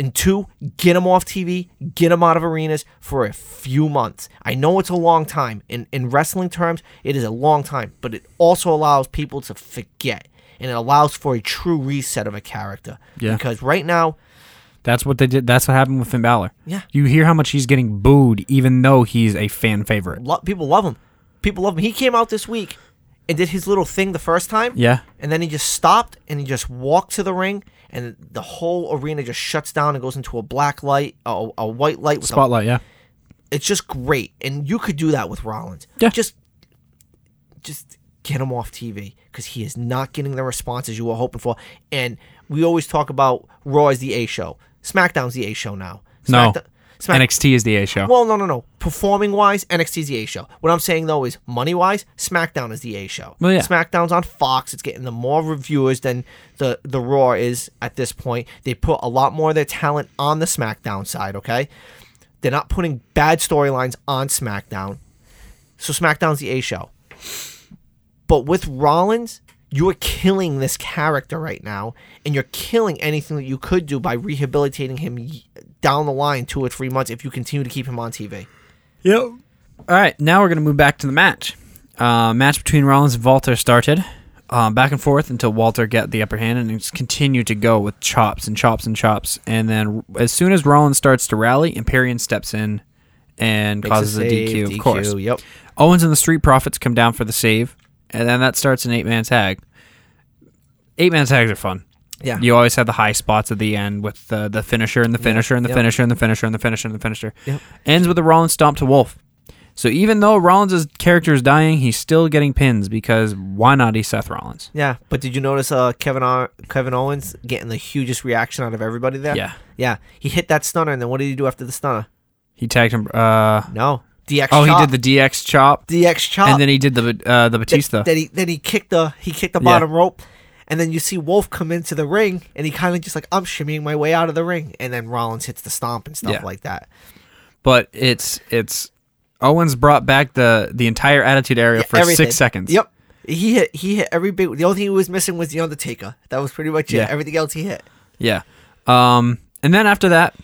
Speaker 2: And two, get him off TV, get him out of arenas for a few months. I know it's a long time. In in wrestling terms, it is a long time, but it also allows people to forget. And it allows for a true reset of a character.
Speaker 1: Yeah.
Speaker 2: Because right now,
Speaker 1: that's what they did. That's what happened with Finn Balor.
Speaker 2: Yeah.
Speaker 1: you hear how much he's getting booed, even though he's a fan favorite.
Speaker 2: lo- people love him. People love him. He came out this week and did his little thing the first time.
Speaker 1: Yeah.
Speaker 2: And then he just stopped and he just walked to the ring and the whole arena just shuts down and goes into a black light, a, a white light with a
Speaker 1: Spotlight. Yeah,
Speaker 2: it's just great, and you could do that with Rollins.
Speaker 1: Yeah.
Speaker 2: Just, just get him off TV because he is not getting the responses you were hoping for. And we always talk about Raw as the A show. SmackDown's the A show now.
Speaker 1: No.
Speaker 2: Smackdown- Smack-
Speaker 1: NXT is the A show.
Speaker 2: well, no, no, no. Performing wise, NXT's the A show. What I'm saying though is money wise, SmackDown is the A show.
Speaker 1: Well, Oh, yeah.
Speaker 2: SmackDown's on Fox. It's getting the more reviewers than the the Raw is at this point. They put a lot more of their talent on the SmackDown side. Okay, they're not putting bad storylines on SmackDown. So SmackDown's the A show. But with Rollins, you are killing this character right now, and you're killing anything that you could do by rehabilitating him y- down the line two or three months if you continue to keep him on TV.
Speaker 1: Yep. All right, now we're going to move back to the match. Uh, match between Rollins and Walter started um, back and forth until Walter got the upper hand and it's continued to go with chops and chops and chops. And then as soon as Rollins starts to rally, Imperium steps in and causes a,
Speaker 2: save,
Speaker 1: DQ, of course.
Speaker 2: Yep.
Speaker 1: Owens and the Street Profits come down for the save, and then that starts an eight man tag. Eight man tags are fun.
Speaker 2: Yeah.
Speaker 1: You always have the high spots at the end with the, the finisher and the finisher and the
Speaker 2: Yep.
Speaker 1: finisher and the finisher and the finisher and the finisher.
Speaker 2: Yep.
Speaker 1: Ends with a Rollins stomp to Wolf. So even though Rollins' character is dying, he's still getting pins because why not? He's Seth Rollins.
Speaker 2: Yeah, but did you notice uh, Kevin o- Kevin Owens getting the hugest reaction out of everybody there?
Speaker 1: Yeah.
Speaker 2: yeah. He hit that stunner, and then what did he do after the stunner?
Speaker 1: He tagged him. Uh,
Speaker 2: No, DX.
Speaker 1: oh, he
Speaker 2: chop.
Speaker 1: did the DX chop,
Speaker 2: DX chop,
Speaker 1: and then he did the uh, the
Speaker 2: Th-
Speaker 1: Batista.
Speaker 2: Then he then he kicked the he kicked the
Speaker 1: Yeah.
Speaker 2: bottom rope, and then you see Wolf come into the ring, and he kind of just like I'm shimmying my way out of the ring, and then Rollins hits the stomp and stuff
Speaker 1: Yeah.
Speaker 2: like that.
Speaker 1: but it's it's Owens brought back the the entire Attitude Area for
Speaker 2: Everything.
Speaker 1: six seconds.
Speaker 2: Yep. He hit he hit every big. The only thing he was missing was the Undertaker. That was pretty much it.
Speaker 1: Yeah.
Speaker 2: Everything else he hit.
Speaker 1: Yeah. Um, and then after that,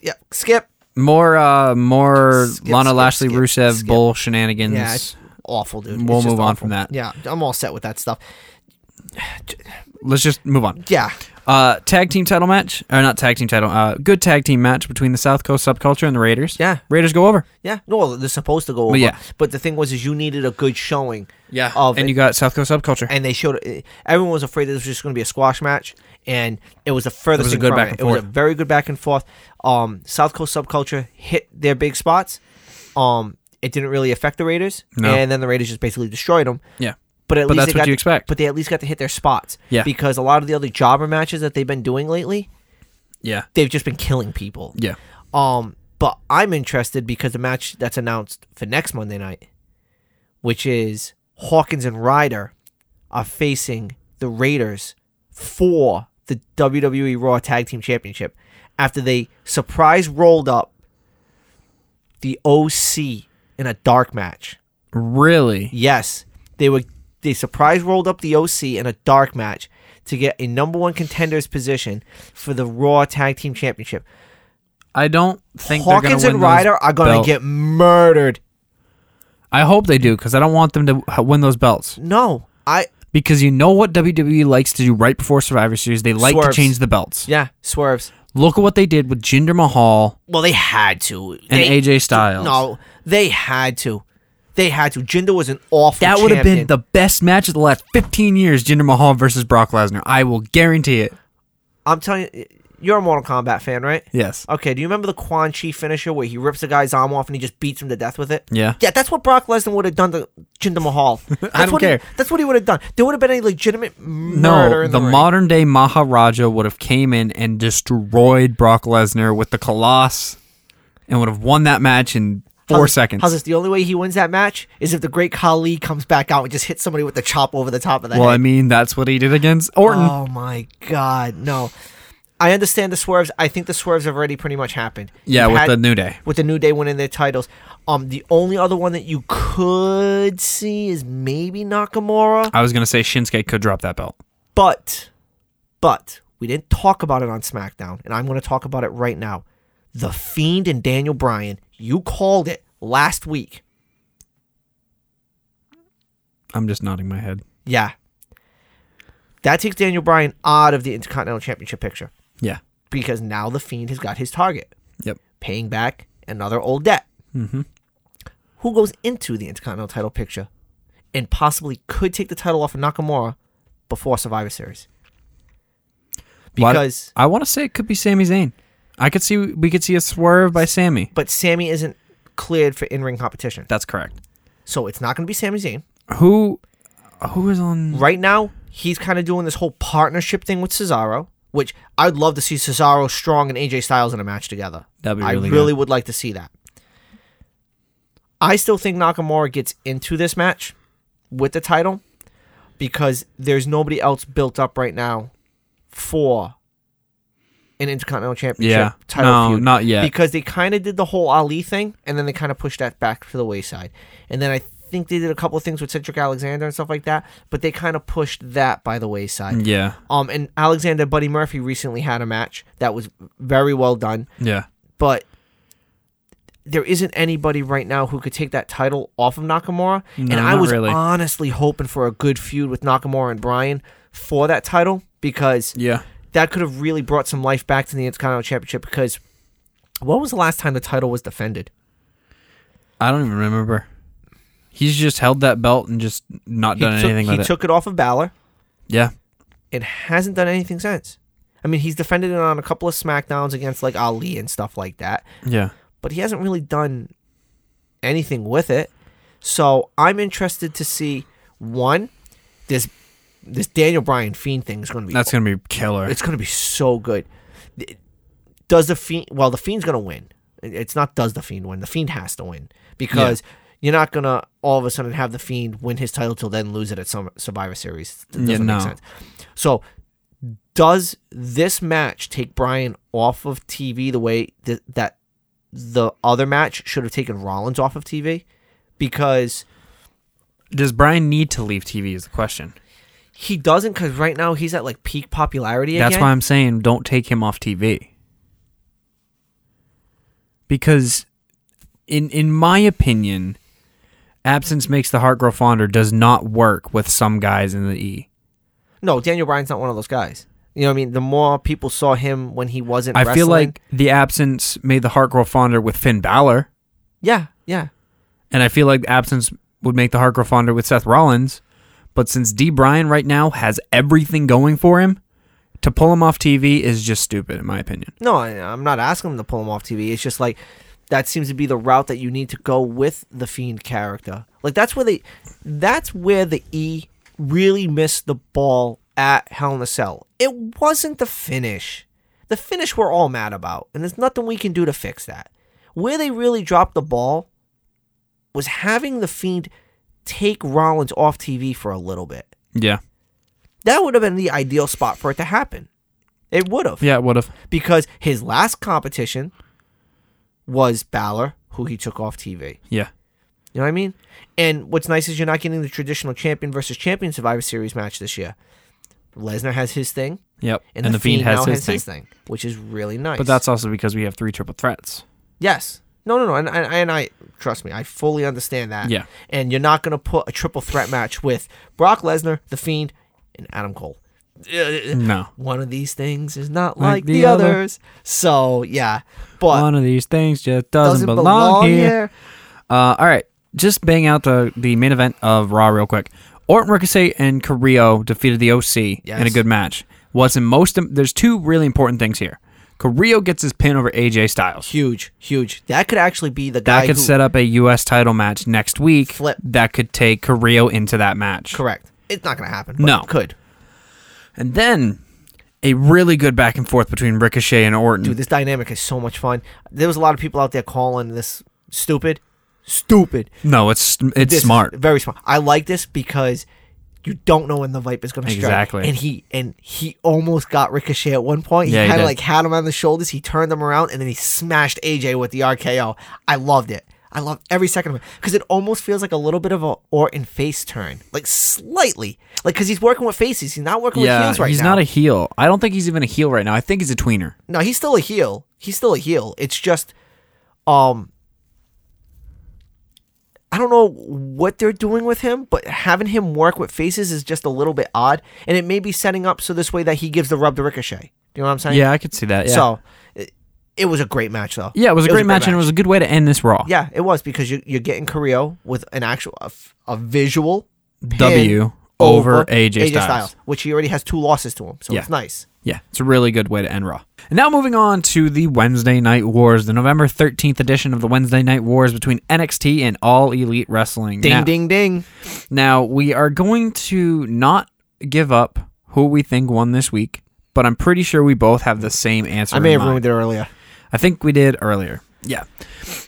Speaker 2: Yeah. Skip.
Speaker 1: more uh, more
Speaker 2: Skip,
Speaker 1: Lana
Speaker 2: skip,
Speaker 1: Lashley
Speaker 2: skip,
Speaker 1: Rusev
Speaker 2: skip.
Speaker 1: bull shenanigans.
Speaker 2: Yeah. It's awful, dude. It's
Speaker 1: We'll
Speaker 2: just
Speaker 1: move on
Speaker 2: awful.
Speaker 1: from that.
Speaker 2: Yeah, I'm all set with that stuff.
Speaker 1: Let's just move on.
Speaker 2: Yeah.
Speaker 1: Uh, tag team title match or not tag team title? Uh, good tag team match between the South Coast Subculture and the Raiders.
Speaker 2: Yeah.
Speaker 1: Raiders go over.
Speaker 2: Yeah, no, they're supposed to go over.
Speaker 1: yeah.
Speaker 2: But the thing was, is you needed a good showing. of
Speaker 1: Of and you got South Coast Subculture.
Speaker 2: and they showed eh, everyone was afraid this was just going to be a squash match, and it was the furthest.
Speaker 1: was a
Speaker 2: thing
Speaker 1: good
Speaker 2: from
Speaker 1: back and
Speaker 2: it. It was a
Speaker 1: forth.
Speaker 2: very good back and forth. Um, South Coast subculture hit their big spots. Um, it didn't really affect the Raiders,
Speaker 1: No.
Speaker 2: and then the Raiders just basically destroyed them.
Speaker 1: yeah.
Speaker 2: But at
Speaker 1: But
Speaker 2: least
Speaker 1: that's
Speaker 2: they
Speaker 1: what
Speaker 2: got
Speaker 1: you
Speaker 2: to-
Speaker 1: expect.
Speaker 2: But they at least got to hit their spots.
Speaker 1: Yeah.
Speaker 2: Because a lot of the other jobber matches that they've been doing lately,
Speaker 1: Yeah.
Speaker 2: they've just been killing people.
Speaker 1: Yeah.
Speaker 2: Um, but I'm interested because the match that's announced for next Monday night, which is Hawkins and Ryder, are facing the Raiders for the WWE Raw Tag Team Championship after they surprise rolled up the OC in a dark match.
Speaker 1: Really?
Speaker 2: Yes, they were. They surprise rolled up the OC in a dark match to get a number one contenders position for the Raw Tag Team Championship.
Speaker 1: I don't think they're
Speaker 2: Hawkins
Speaker 1: gonna win
Speaker 2: and
Speaker 1: those
Speaker 2: Ryder are going
Speaker 1: belt-
Speaker 2: to get murdered.
Speaker 1: I hope they do because I don't want them to h- win those belts
Speaker 2: No, I
Speaker 1: because you know what WWE likes to do right before Survivor Series. They like
Speaker 2: Swerves.
Speaker 1: to change the belts.
Speaker 2: yeah swerves.
Speaker 1: Look at what they did with Jinder Mahal
Speaker 2: Well, they had to.
Speaker 1: and
Speaker 2: They-
Speaker 1: AJ Styles.
Speaker 2: No, they had to. They had to. Jinder was an awful.
Speaker 1: That would have been
Speaker 2: champion.
Speaker 1: the best match of the last 15 years, Jinder Mahal versus Brock Lesnar. I will guarantee it.
Speaker 2: I'm telling you, you're a Mortal Kombat fan, right?
Speaker 1: Yes.
Speaker 2: Okay. Do you remember the Quan Chi finisher where he rips a guy's arm off and he just beats him to death with it?
Speaker 1: Yeah.
Speaker 2: Yeah, that's what Brock Lesnar would have done to
Speaker 1: [LAUGHS]
Speaker 2: Jinder Mahal. That's
Speaker 1: don't
Speaker 2: what he-
Speaker 1: care.
Speaker 2: that's what he would have done. There would have been a legitimate murder.
Speaker 1: No,
Speaker 2: in
Speaker 1: the
Speaker 2: the, ring.
Speaker 1: modern day Maharaja would have came in and destroyed Brock Lesnar with the Colossus and would have won that match in four
Speaker 2: How's-
Speaker 1: seconds.
Speaker 2: How's this? The only way he wins that match is if the Great Khali comes back out and just hits somebody with the chop over the top of the
Speaker 1: well, I
Speaker 2: head.
Speaker 1: mean, that's what he did against Orton.
Speaker 2: oh my God, no! I understand the swerves. I think the swerves have already pretty much happened.
Speaker 1: yeah,
Speaker 2: You've
Speaker 1: with
Speaker 2: had-
Speaker 1: the New Day.
Speaker 2: with the New Day winning their titles. Um, the only other one that you could see is maybe Nakamura,
Speaker 1: I was going to say Shinsuke could drop that belt.
Speaker 2: but, but we didn't talk about it on SmackDown, and I'm going to talk about it right now. The Fiend and Daniel Bryan. You called it last week.
Speaker 1: I'm just nodding my head.
Speaker 2: Yeah. That takes Daniel Bryan out of the Intercontinental Championship picture
Speaker 1: Yeah.
Speaker 2: because now The Fiend has got his target,
Speaker 1: Yep.
Speaker 2: paying back another old debt. Mm-hmm. Who goes into the Intercontinental title picture and possibly could take the title off of Nakamura before Survivor Series?
Speaker 1: Why-
Speaker 2: Because,
Speaker 1: I want to say it could be Sami Zayn. I could see we could see a swerve by Sammy.
Speaker 2: but Sammy isn't cleared for in ring competition.
Speaker 1: That's correct.
Speaker 2: So it's not going to be Sami Zayn.
Speaker 1: Who who is on
Speaker 2: Right now, he's kind of doing this whole partnership thing with Cesaro, which I'd love to see Cesaro Strong and AJ Styles in a match together.
Speaker 1: That'd be
Speaker 2: I
Speaker 1: really
Speaker 2: really would like to see that. I still think Nakamura gets into this match with the title because there's nobody else built up right now for an Intercontinental Championship
Speaker 1: Yeah.
Speaker 2: title
Speaker 1: No,
Speaker 2: feud.
Speaker 1: not yet.
Speaker 2: Because they kind of did the whole Ali thing and then they kind of pushed that back to the wayside. And then I think they did a couple of things with Cedric Alexander and stuff like that, but they kind of pushed that by the wayside.
Speaker 1: Mm, Yeah.
Speaker 2: Um, and Alexander Buddy Murphy recently had a match that was very well done
Speaker 1: Yeah.
Speaker 2: but there isn't anybody right now who could take that title off of Nakamura.
Speaker 1: No,
Speaker 2: and I
Speaker 1: not
Speaker 2: was
Speaker 1: really.
Speaker 2: honestly hoping for a good feud with Nakamura and Bryan for that title because
Speaker 1: Yeah.
Speaker 2: that could have really brought some life back to the Intercontinental Championship. Because what was the last time the title was defended?
Speaker 1: I don't even remember. He's just held that belt and just not
Speaker 2: He,
Speaker 1: done
Speaker 2: took,
Speaker 1: anything
Speaker 2: he
Speaker 1: with it.
Speaker 2: took it off of Balor
Speaker 1: Yeah.
Speaker 2: and hasn't done anything since. I mean, he's defended it on a couple of SmackDowns against like Ali and stuff like that.
Speaker 1: Yeah.
Speaker 2: but he hasn't really done anything with it. So I'm interested to see one this this Daniel Bryan Fiend thing is going to be
Speaker 1: That's going to be killer.
Speaker 2: it's going to be so good. Th- Does the Fiend well the Fiend's going to win. It- It's not does the Fiend win. The Fiend has to win because you're not going to all of a sudden have the Fiend win his title till then lose it at some Survivor Series. It doesn't
Speaker 1: Yeah, no.
Speaker 2: make sense. So does this match take Bryan off of TV the way th- that the other match should have taken Rollins off of TV because
Speaker 1: Does Brian need to leave TV is the question.
Speaker 2: he doesn't because right now he's at like peak popularity
Speaker 1: That's
Speaker 2: again.
Speaker 1: why I'm saying don't take him off TV. Because in in my opinion, absence makes the heart grow fonder does not work with some guys in the E.
Speaker 2: No, Daniel Bryan's not one of those guys. You know what I mean? The more people saw him when he wasn't
Speaker 1: I
Speaker 2: wrestling.
Speaker 1: feel like the absence made the heart grow fonder with Finn Balor,
Speaker 2: Yeah, yeah.
Speaker 1: and I feel like absence would make the heart grow fonder with Seth Rollins. But since D Bryan right now has everything going for him, to pull him off TV is just stupid in my opinion.
Speaker 2: No, I, I'm not asking him to pull him off TV. It's just like that seems to be the route that you need to go with the Fiend character. Like that's where they that's where the E really missed the ball at Hell in a Cell. It wasn't the finish. The finish we're all mad about, and there's nothing we can do to fix that. Where they really dropped the ball was having the Fiend take Rollins off TV for a little bit.
Speaker 1: Yeah.
Speaker 2: That would have been the ideal spot for it to happen. It would have.
Speaker 1: Yeah, it would have.
Speaker 2: Because his last competition was Balor, who he took off TV.
Speaker 1: Yeah.
Speaker 2: You know what I mean? And what's nice is you're not getting the traditional champion versus champion Survivor Series match this year. Lesnar has his thing,
Speaker 1: Yep.
Speaker 2: and, the, Fiend, now has his thing, which is really nice.
Speaker 1: But that's also because we have three triple threats.
Speaker 2: Yes. No, no, no. And, and, and I, trust me, I fully understand that.
Speaker 1: Yeah.
Speaker 2: And you're not going to put a triple threat match with Brock Lesnar, The Fiend, and Adam Cole.
Speaker 1: No.
Speaker 2: One of these things is not like,
Speaker 1: Like
Speaker 2: the,
Speaker 1: the other.
Speaker 2: others. So, yeah. But
Speaker 1: One of these things just doesn't,
Speaker 2: doesn't, belong, here.
Speaker 1: Uh, all right. just bang out the, the main event of Raw real quick. Orton Ricochet and Carrillo defeated the OC in a
Speaker 2: Yes.
Speaker 1: good match. What's in most im- there's two really important things here. Carrillo gets his pin over AJ Styles.
Speaker 2: Huge, huge. That could actually be the
Speaker 1: That
Speaker 2: guy
Speaker 1: could
Speaker 2: who,
Speaker 1: set up a U.S. title match next week.
Speaker 2: Flip.
Speaker 1: That could take Carrillo into that match.
Speaker 2: Correct. It's not going to happen. But
Speaker 1: No.
Speaker 2: it could.
Speaker 1: And then a really good back and forth between Ricochet and Orton.
Speaker 2: Dude, this dynamic is so much fun. There was a lot of people out there calling this stupid, stupid.
Speaker 1: no, it's it's
Speaker 2: This is
Speaker 1: smart.
Speaker 2: very smart. I like this because you don't know when the vibe is going to strike.
Speaker 1: Exactly.
Speaker 2: And he and he almost got Ricochet at one point. He
Speaker 1: Yeah, he
Speaker 2: kind
Speaker 1: did.
Speaker 2: of like had him on the shoulders. He turned him around and then he smashed AJ with the RKO. I loved it. I loved every second of it because it almost feels like a little bit of a Orton face turn, like slightly, like because he's working with faces. He's not working with
Speaker 1: Yeah,
Speaker 2: heels right
Speaker 1: he's
Speaker 2: now.
Speaker 1: not a heel. I don't think he's even a heel right now. I think he's a tweener.
Speaker 2: No, he's still a heel. He's still a heel. It's just, um, I don't know what they're doing with him, but having him work with faces is just a little bit odd, and it may be setting up so this way that he gives the rub to Ricochet. Do you know what I'm saying?
Speaker 1: Yeah, I could see that. Yeah.
Speaker 2: So, it, it was a great match, though.
Speaker 1: yeah, it was a great match, and it was a good way to end this Raw.
Speaker 2: Yeah, it was because you, you're getting Carrillo with an actual a, f- a visual pin
Speaker 1: W over, AJ, Styles.
Speaker 2: which he already has two losses to him, so
Speaker 1: Yeah.
Speaker 2: it's nice.
Speaker 1: Yeah, it's a really good way to end Raw. And now moving on to the Wednesday Night Wars, the November 13th edition of the Wednesday Night Wars between NXT and All Elite Wrestling.
Speaker 2: Ding,
Speaker 1: now,
Speaker 2: ding, ding.
Speaker 1: Now, we are going to not give up who we think won this week, but I'm pretty sure we both have the same answer.
Speaker 2: I may
Speaker 1: in
Speaker 2: have
Speaker 1: mind.
Speaker 2: ruined it earlier.
Speaker 1: I think we did earlier. Yeah.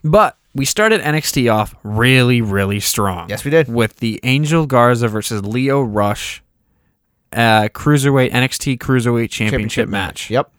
Speaker 1: But we started NXT off really, really strong.
Speaker 2: Yes, we did.
Speaker 1: With the Angel Garza versus Leo Rush uh, Cruiserweight, NXT Cruiserweight Championship, match.
Speaker 2: Yep.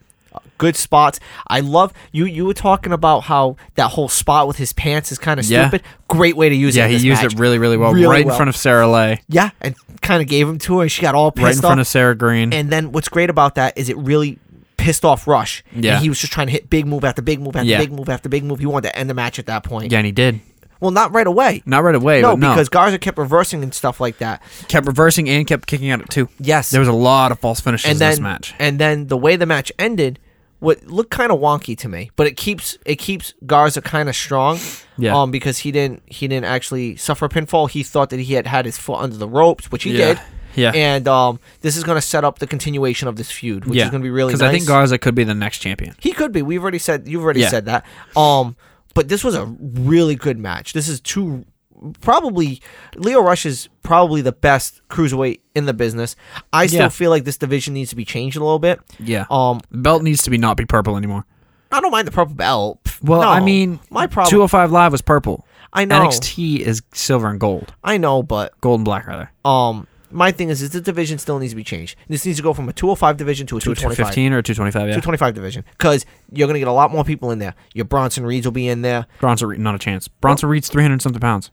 Speaker 2: Good spots. I love you. You were talking about how that whole spot with his pants is kind of
Speaker 1: Yeah.
Speaker 2: stupid. Great way to use it.
Speaker 1: Yeah,
Speaker 2: in
Speaker 1: he
Speaker 2: this
Speaker 1: used
Speaker 2: match.
Speaker 1: it really, really well
Speaker 2: Really
Speaker 1: right in
Speaker 2: well.
Speaker 1: front of Sarah Lay,
Speaker 2: Yeah, and kind of gave him to her. and She got all pissed
Speaker 1: right in
Speaker 2: off.
Speaker 1: front of Sarah Green.
Speaker 2: and then what's great about that is it really pissed off Rush. And
Speaker 1: Yeah.
Speaker 2: he was just trying to hit big move after big move after
Speaker 1: Yeah.
Speaker 2: big move after big move. He wanted to end the match at that point.
Speaker 1: yeah, and he did.
Speaker 2: Well, not right away.
Speaker 1: Not right away,
Speaker 2: No,
Speaker 1: but no.
Speaker 2: because Garza kept reversing and stuff like that.
Speaker 1: kept reversing and kept kicking out at two.
Speaker 2: Yes.
Speaker 1: There was a lot of false finishes
Speaker 2: and
Speaker 1: in
Speaker 2: then
Speaker 1: this match.
Speaker 2: and then the way the match ended what looked kind of wonky to me but it keeps it keeps Garza kind of strong
Speaker 1: Yeah.
Speaker 2: um because he didn't he didn't actually suffer a pinfall he thought that he had had his foot under the ropes which he
Speaker 1: Yeah.
Speaker 2: did
Speaker 1: Yeah.
Speaker 2: and um this is going to set up the continuation of this feud which
Speaker 1: yeah.
Speaker 2: is going to be really nice
Speaker 1: Because I think Garza could be the next champion.
Speaker 2: he could be we've already said you've already
Speaker 1: Yeah.
Speaker 2: said that um but this was a really good match this is two probably Leo Rush is probably the best cruiserweight in the business I still
Speaker 1: Yeah.
Speaker 2: feel like this division needs to be changed a little bit
Speaker 1: Yeah.
Speaker 2: um
Speaker 1: Belt needs to be not be purple anymore.
Speaker 2: I don't mind the purple belt. Pff,
Speaker 1: Well,
Speaker 2: no.
Speaker 1: I mean,
Speaker 2: my problem.
Speaker 1: 205 Live was purple.
Speaker 2: I know.
Speaker 1: NXT is silver and gold,
Speaker 2: I know, but
Speaker 1: gold and black rather.
Speaker 2: um, my thing is, is the division still needs to be changed. This needs to go from a 205 division to a 225.
Speaker 1: 215 or 225, yeah.
Speaker 2: 225 division because you're gonna get a lot more people in there. Your Bronson Reeds will be in there.
Speaker 1: Bronson Reed, not a chance. Bronson Reed's 300 and something pounds.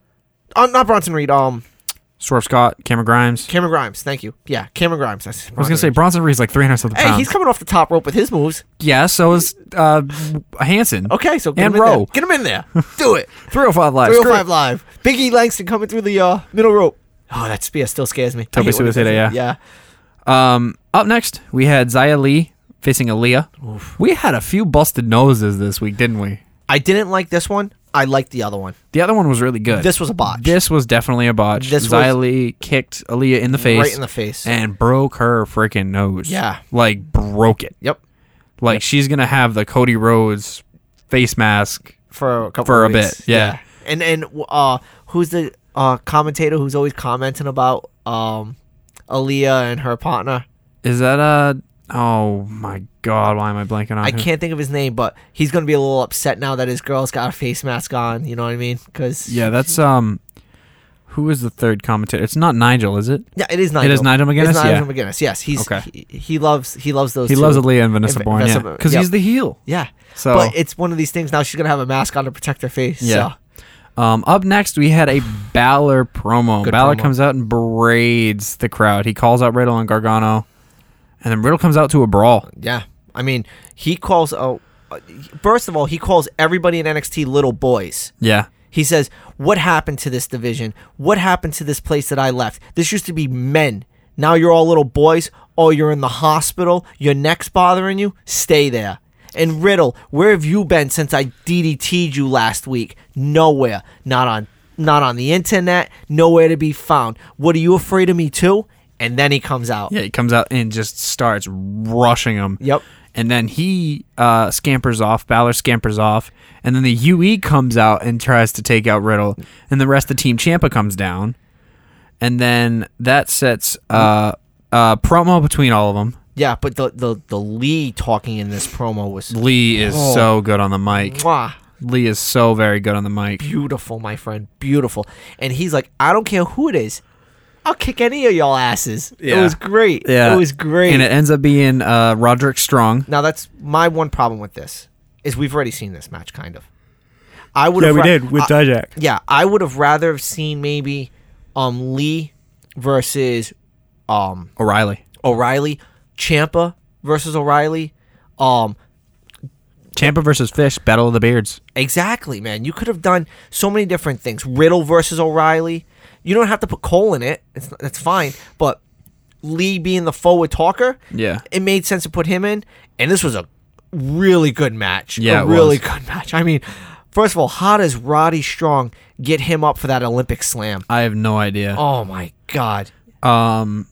Speaker 2: Uh, not Bronson Reed. Um,
Speaker 1: Swerve Scott, Cameron Grimes.
Speaker 2: Cameron Grimes. Thank you. Yeah, Cameron Grimes. I
Speaker 1: I was gonna say Bronson Reed's like 300 something
Speaker 2: Hey,
Speaker 1: pounds.
Speaker 2: he's coming off the top rope with his moves.
Speaker 1: yeah, so is uh, Hanson.
Speaker 2: Okay, so get
Speaker 1: And
Speaker 2: him in
Speaker 1: Rowe.
Speaker 2: there. Get him
Speaker 1: [LAUGHS]
Speaker 2: in there. Do it.
Speaker 1: 305 Live. Screw
Speaker 2: 305
Speaker 1: it.
Speaker 2: live. Biggie Langston coming through the uh, middle rope. Oh, that spear still scares me. I
Speaker 1: Toby
Speaker 2: hate when it
Speaker 1: Suicida,
Speaker 2: does it.
Speaker 1: yeah.
Speaker 2: Yeah.
Speaker 1: Um, up next we had Zaya Lee facing Aaliyah. We had a few busted noses this week, didn't we?
Speaker 2: I didn't like this one. I liked the other one.
Speaker 1: The other one was really good.
Speaker 2: This was a botch.
Speaker 1: This was definitely a botch.
Speaker 2: This
Speaker 1: Xia
Speaker 2: was-
Speaker 1: Li kicked Aaliyah in the face.
Speaker 2: Right in the face.
Speaker 1: And broke her freaking nose.
Speaker 2: Yeah.
Speaker 1: Like, broke it.
Speaker 2: yep.
Speaker 1: Like, she's going to have the Cody Rhodes face mask.
Speaker 2: For a couple
Speaker 1: For
Speaker 2: of
Speaker 1: a
Speaker 2: weeks.
Speaker 1: bit, yeah.
Speaker 2: And and uh who's the uh commentator who's always commenting about um Aaliyah and her partner?
Speaker 1: Is that a. Oh my god, why am I blanking on
Speaker 2: I
Speaker 1: who-
Speaker 2: can't think of his name, but he's gonna be a little upset now that his girl's got a face mask on. You know what I mean? Because
Speaker 1: Yeah, that's. um. Who is the third commentator? It's not Nigel, is it?
Speaker 2: yeah, it is Nigel.
Speaker 1: is Nigel McGuinness?
Speaker 2: It's Nigel
Speaker 1: Yeah.
Speaker 2: McGuinness. Yes, he's
Speaker 1: Okay.
Speaker 2: he, he loves he loves those.
Speaker 1: He
Speaker 2: two.
Speaker 1: loves Aaliyah and Vanessa
Speaker 2: If-
Speaker 1: Bourne,
Speaker 2: Vanessa
Speaker 1: yeah.
Speaker 2: Bourne,
Speaker 1: Because
Speaker 2: yep.
Speaker 1: he's the heel.
Speaker 2: Yeah.
Speaker 1: So-
Speaker 2: but it's one of these things now. She's gonna have a mask on to protect her face.
Speaker 1: Yeah.
Speaker 2: so.
Speaker 1: Um, up next, we had a Balor promo.
Speaker 2: Good
Speaker 1: Balor
Speaker 2: promo.
Speaker 1: comes out and braids the crowd. He calls out Riddle and Gargano, and then Riddle comes out to a brawl.
Speaker 2: Yeah, I mean, he calls. Oh, uh, first of all, he calls everybody in NXT little boys.
Speaker 1: Yeah,
Speaker 2: He says, "What happened to this division? What happened to this place that I left? This used to be men. Now you're all little boys. Oh, you're in the hospital. Your neck's bothering you. Stay there." And Riddle, where have you been since I DDT'd you last week? Nowhere. Not on not on the internet, nowhere to be found. What are you afraid of me too? And then he comes out.
Speaker 1: Yeah, he comes out and just starts rushing him.
Speaker 2: Yep.
Speaker 1: And then he uh, scampers off. Balor scampers off, and then the UE comes out and tries to take out Riddle, and the rest of Team Champa comes down, and then that sets uh, uh, promo between all of them.
Speaker 2: Yeah, but the the, the Lee talking in this promo was
Speaker 1: Lee is
Speaker 2: Oh.
Speaker 1: so good on the mic.
Speaker 2: mwah,
Speaker 1: Lee is so very good on the mic.
Speaker 2: beautiful, my friend, beautiful. And he's like, I don't care who it is, I'll kick any of y'all asses. It
Speaker 1: Yeah.
Speaker 2: was great. it was great.
Speaker 1: And it ends up being uh, Roderick Strong.
Speaker 2: Now that's my one problem with this is we've already seen this match kind of. I would
Speaker 3: Yeah,
Speaker 2: have
Speaker 3: we
Speaker 2: ra-
Speaker 3: did with
Speaker 2: I-
Speaker 3: Dijak.
Speaker 2: yeah, I would have rather have seen maybe um Lee versus um
Speaker 1: O'Reilly.
Speaker 2: O'Reilly, Champa versus O'Reilly. Um
Speaker 1: Champa versus Fish, Battle of the Beards.
Speaker 2: exactly, man. You could have done so many different things. Riddle versus O'Reilly. You don't have to put Cole in it. It's, that's fine, but Lee being the forward talker,
Speaker 1: Yeah.
Speaker 2: it made sense to put him in. And this was a really good match.
Speaker 1: Yeah,
Speaker 2: a
Speaker 1: it
Speaker 2: really
Speaker 1: was.
Speaker 2: good match. I mean, first of all, how does Roddy Strong get him up for that Olympic slam?
Speaker 1: I have no idea.
Speaker 2: Oh my god!
Speaker 1: Um,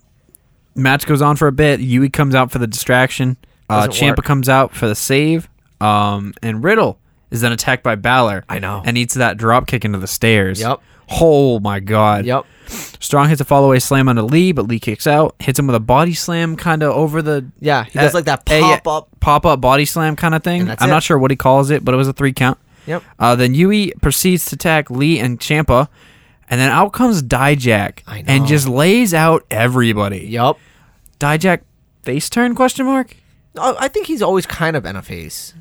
Speaker 1: match goes on for a bit. Yui comes out for the distraction. Uh,
Speaker 2: Doesn't
Speaker 1: Champa
Speaker 2: work.
Speaker 1: comes out for the save. Um, and Riddle is then attacked by Balor.
Speaker 2: I know.
Speaker 1: And eats that drop kick into the stairs.
Speaker 2: Yep.
Speaker 1: Oh my God.
Speaker 2: Yep.
Speaker 1: Strong hits a follow away slam onto Lee, but Lee kicks out. Hits him with a body slam, kind of over the
Speaker 2: Yeah, he does
Speaker 1: Uh,
Speaker 2: like that
Speaker 1: uh, yeah,
Speaker 2: pop up.
Speaker 1: pop up body slam kind of thing.
Speaker 2: And that's
Speaker 1: I'm
Speaker 2: it.
Speaker 1: not sure what he calls it, but it was a three count.
Speaker 2: Yep.
Speaker 1: Uh, then Yui proceeds to attack Lee and Champa, and then out comes Dijak
Speaker 2: I know.
Speaker 1: and just lays out everybody.
Speaker 2: Yep.
Speaker 1: Dijak face turn question mark.
Speaker 2: I I think he's always kind of been a face.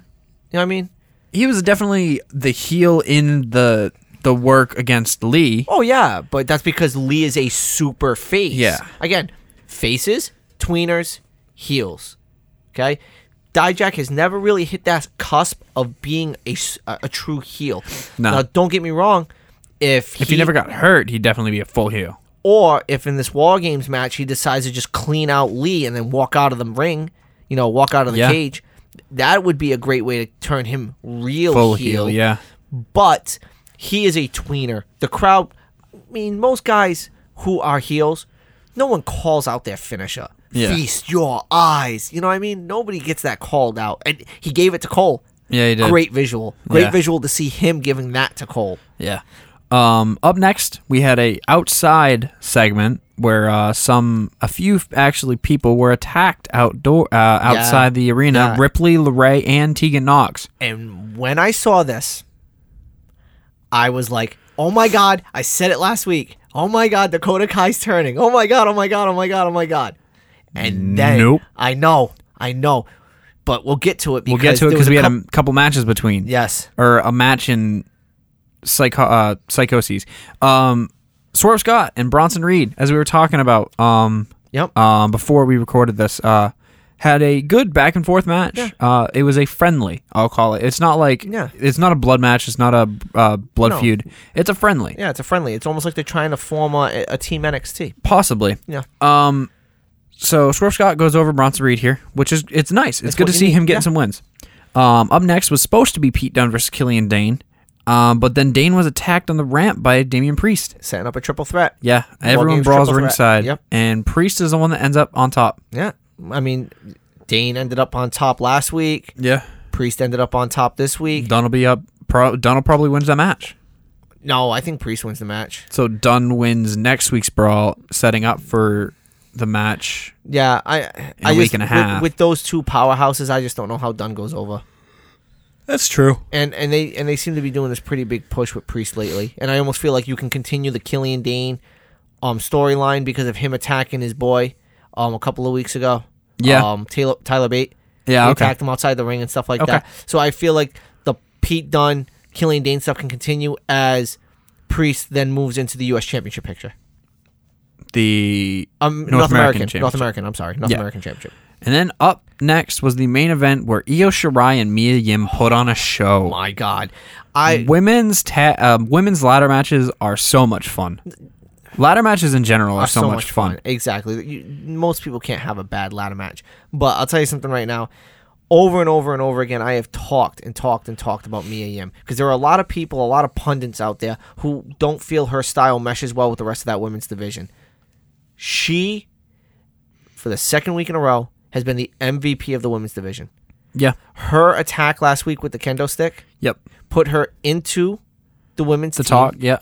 Speaker 2: You know what I mean?
Speaker 1: He was definitely the heel in the the work against Lee.
Speaker 2: Oh yeah, but that's because Lee is a super face.
Speaker 1: Yeah.
Speaker 2: Again, faces, tweeners, heels. Okay. Dijak has never really hit that cusp of being a, s- a- a true heel.
Speaker 1: No.
Speaker 2: Now, don't get me wrong. If
Speaker 1: If he never got hurt, he'd definitely be a full heel.
Speaker 2: or if in this War Games match he decides to just clean out Lee and then walk out of the ring, you know, walk out of the
Speaker 1: Yeah.
Speaker 2: cage, that would be a great way to turn him real
Speaker 1: Full
Speaker 2: heel
Speaker 1: heel, yeah.
Speaker 2: but he is a tweener. The crowd, I mean, most guys who are heels, no one calls out their finisher.
Speaker 1: Yeah.
Speaker 2: Feast your eyes. You know what I mean? Nobody gets that called out. And he gave it to Cole.
Speaker 1: Yeah, he did.
Speaker 2: Great visual. Great
Speaker 1: Yeah.
Speaker 2: visual to see him giving that to Cole.
Speaker 1: Yeah. Um, up next, we had a outside segment where uh, some a few actually people were attacked outdoor uh, outside the arena.
Speaker 2: Yeah.
Speaker 1: Ripley, Lray, and Tegan Knox.
Speaker 2: And when I saw this, I was like, oh my God, I said it last week. Oh my God, Dakota Kai's turning. Oh my God, oh my God, oh my God, oh my God. And then
Speaker 1: Nope.
Speaker 2: I know, I know. But we'll get to it because
Speaker 1: We'll get to it
Speaker 2: there
Speaker 1: because
Speaker 2: was
Speaker 1: we had
Speaker 2: coup-
Speaker 1: a couple matches between.
Speaker 2: Yes.
Speaker 1: Or a match in psycho uh, psychoses. Um, Swerve Scott and Bronson Reed, as we were talking about. Um,
Speaker 2: Yep.
Speaker 1: um, before we recorded this, uh, had a good back and forth match. Uh, it was a friendly, I'll call it. It's not like
Speaker 2: Yeah.
Speaker 1: it's not a blood match. It's not a uh, blood
Speaker 2: No.
Speaker 1: feud. It's a friendly,
Speaker 2: yeah, it's a friendly. It's almost like they're trying to form a, a team NXT.
Speaker 1: possibly.
Speaker 2: Yeah.
Speaker 1: Um, so Swerve Scott goes over Bronson Reed here, which is it's nice. It's good
Speaker 2: what
Speaker 1: to
Speaker 2: you
Speaker 1: see
Speaker 2: need.
Speaker 1: him getting
Speaker 2: Yeah.
Speaker 1: some wins. Um, up next was supposed to be Pete Dunne versus Killian Dane, um, but then Dane was attacked on the ramp by Damian Priest.
Speaker 2: Setting up a triple threat.
Speaker 1: Yeah, everyone
Speaker 2: game's
Speaker 1: brawls
Speaker 2: triple threat.
Speaker 1: ringside,
Speaker 2: Yep.
Speaker 1: and Priest is the one that ends up on top.
Speaker 2: Yeah. I mean, Dane ended up on top last week.
Speaker 1: Yeah,
Speaker 2: Priest ended up on top this week.
Speaker 1: Dunn will be up. Pro- Dunn will probably wins that match.
Speaker 2: No, I think Priest wins the match.
Speaker 1: So Dunn wins next week's brawl, setting up for the match.
Speaker 2: Yeah, I I
Speaker 1: a week
Speaker 2: just-
Speaker 1: and a
Speaker 2: with-
Speaker 1: half.
Speaker 2: With, those two powerhouses, I just don't know how Dunn goes over.
Speaker 3: That's true.
Speaker 2: And and they and they seem to be doing this pretty big push with Priest lately. And I almost feel like you can continue the Killian Dane um storyline because of him attacking his boy um a couple of weeks ago.
Speaker 1: Yeah.
Speaker 2: Um Taylor Tyler Bate.
Speaker 1: Yeah,
Speaker 2: He
Speaker 1: okay.
Speaker 2: attacked him outside the ring and stuff like
Speaker 1: Okay.
Speaker 2: that. So I feel like the Pete Dunn Killian Dane stuff can continue as Priest then moves into the US championship picture.
Speaker 1: The
Speaker 2: Um,
Speaker 1: North
Speaker 2: North,
Speaker 1: American
Speaker 2: American, North
Speaker 1: Championship.
Speaker 2: American. I'm sorry, North
Speaker 1: Yeah.
Speaker 2: American Championship.
Speaker 1: and then up next was the main event where Io Shirai and Mia Yim put on a show.
Speaker 2: My God, I
Speaker 1: Women's ta- um, women's ladder matches are so much fun. Ladder matches in general are, so, much, fun.
Speaker 2: Exactly. You, most people can't have a bad ladder match. But I'll tell you something right now. over and over and over again, I have talked and talked and talked about Mia Yim because there are a lot of people, a lot of pundits out there who don't feel her style meshes well with the rest of that women's division. She, for the second week in a row, has been the MVP of the women's division.
Speaker 1: Yeah.
Speaker 2: Her attack last week with the kendo stick
Speaker 1: Yep.
Speaker 2: put her into the women's
Speaker 1: The
Speaker 2: team.
Speaker 1: talk. Yeah.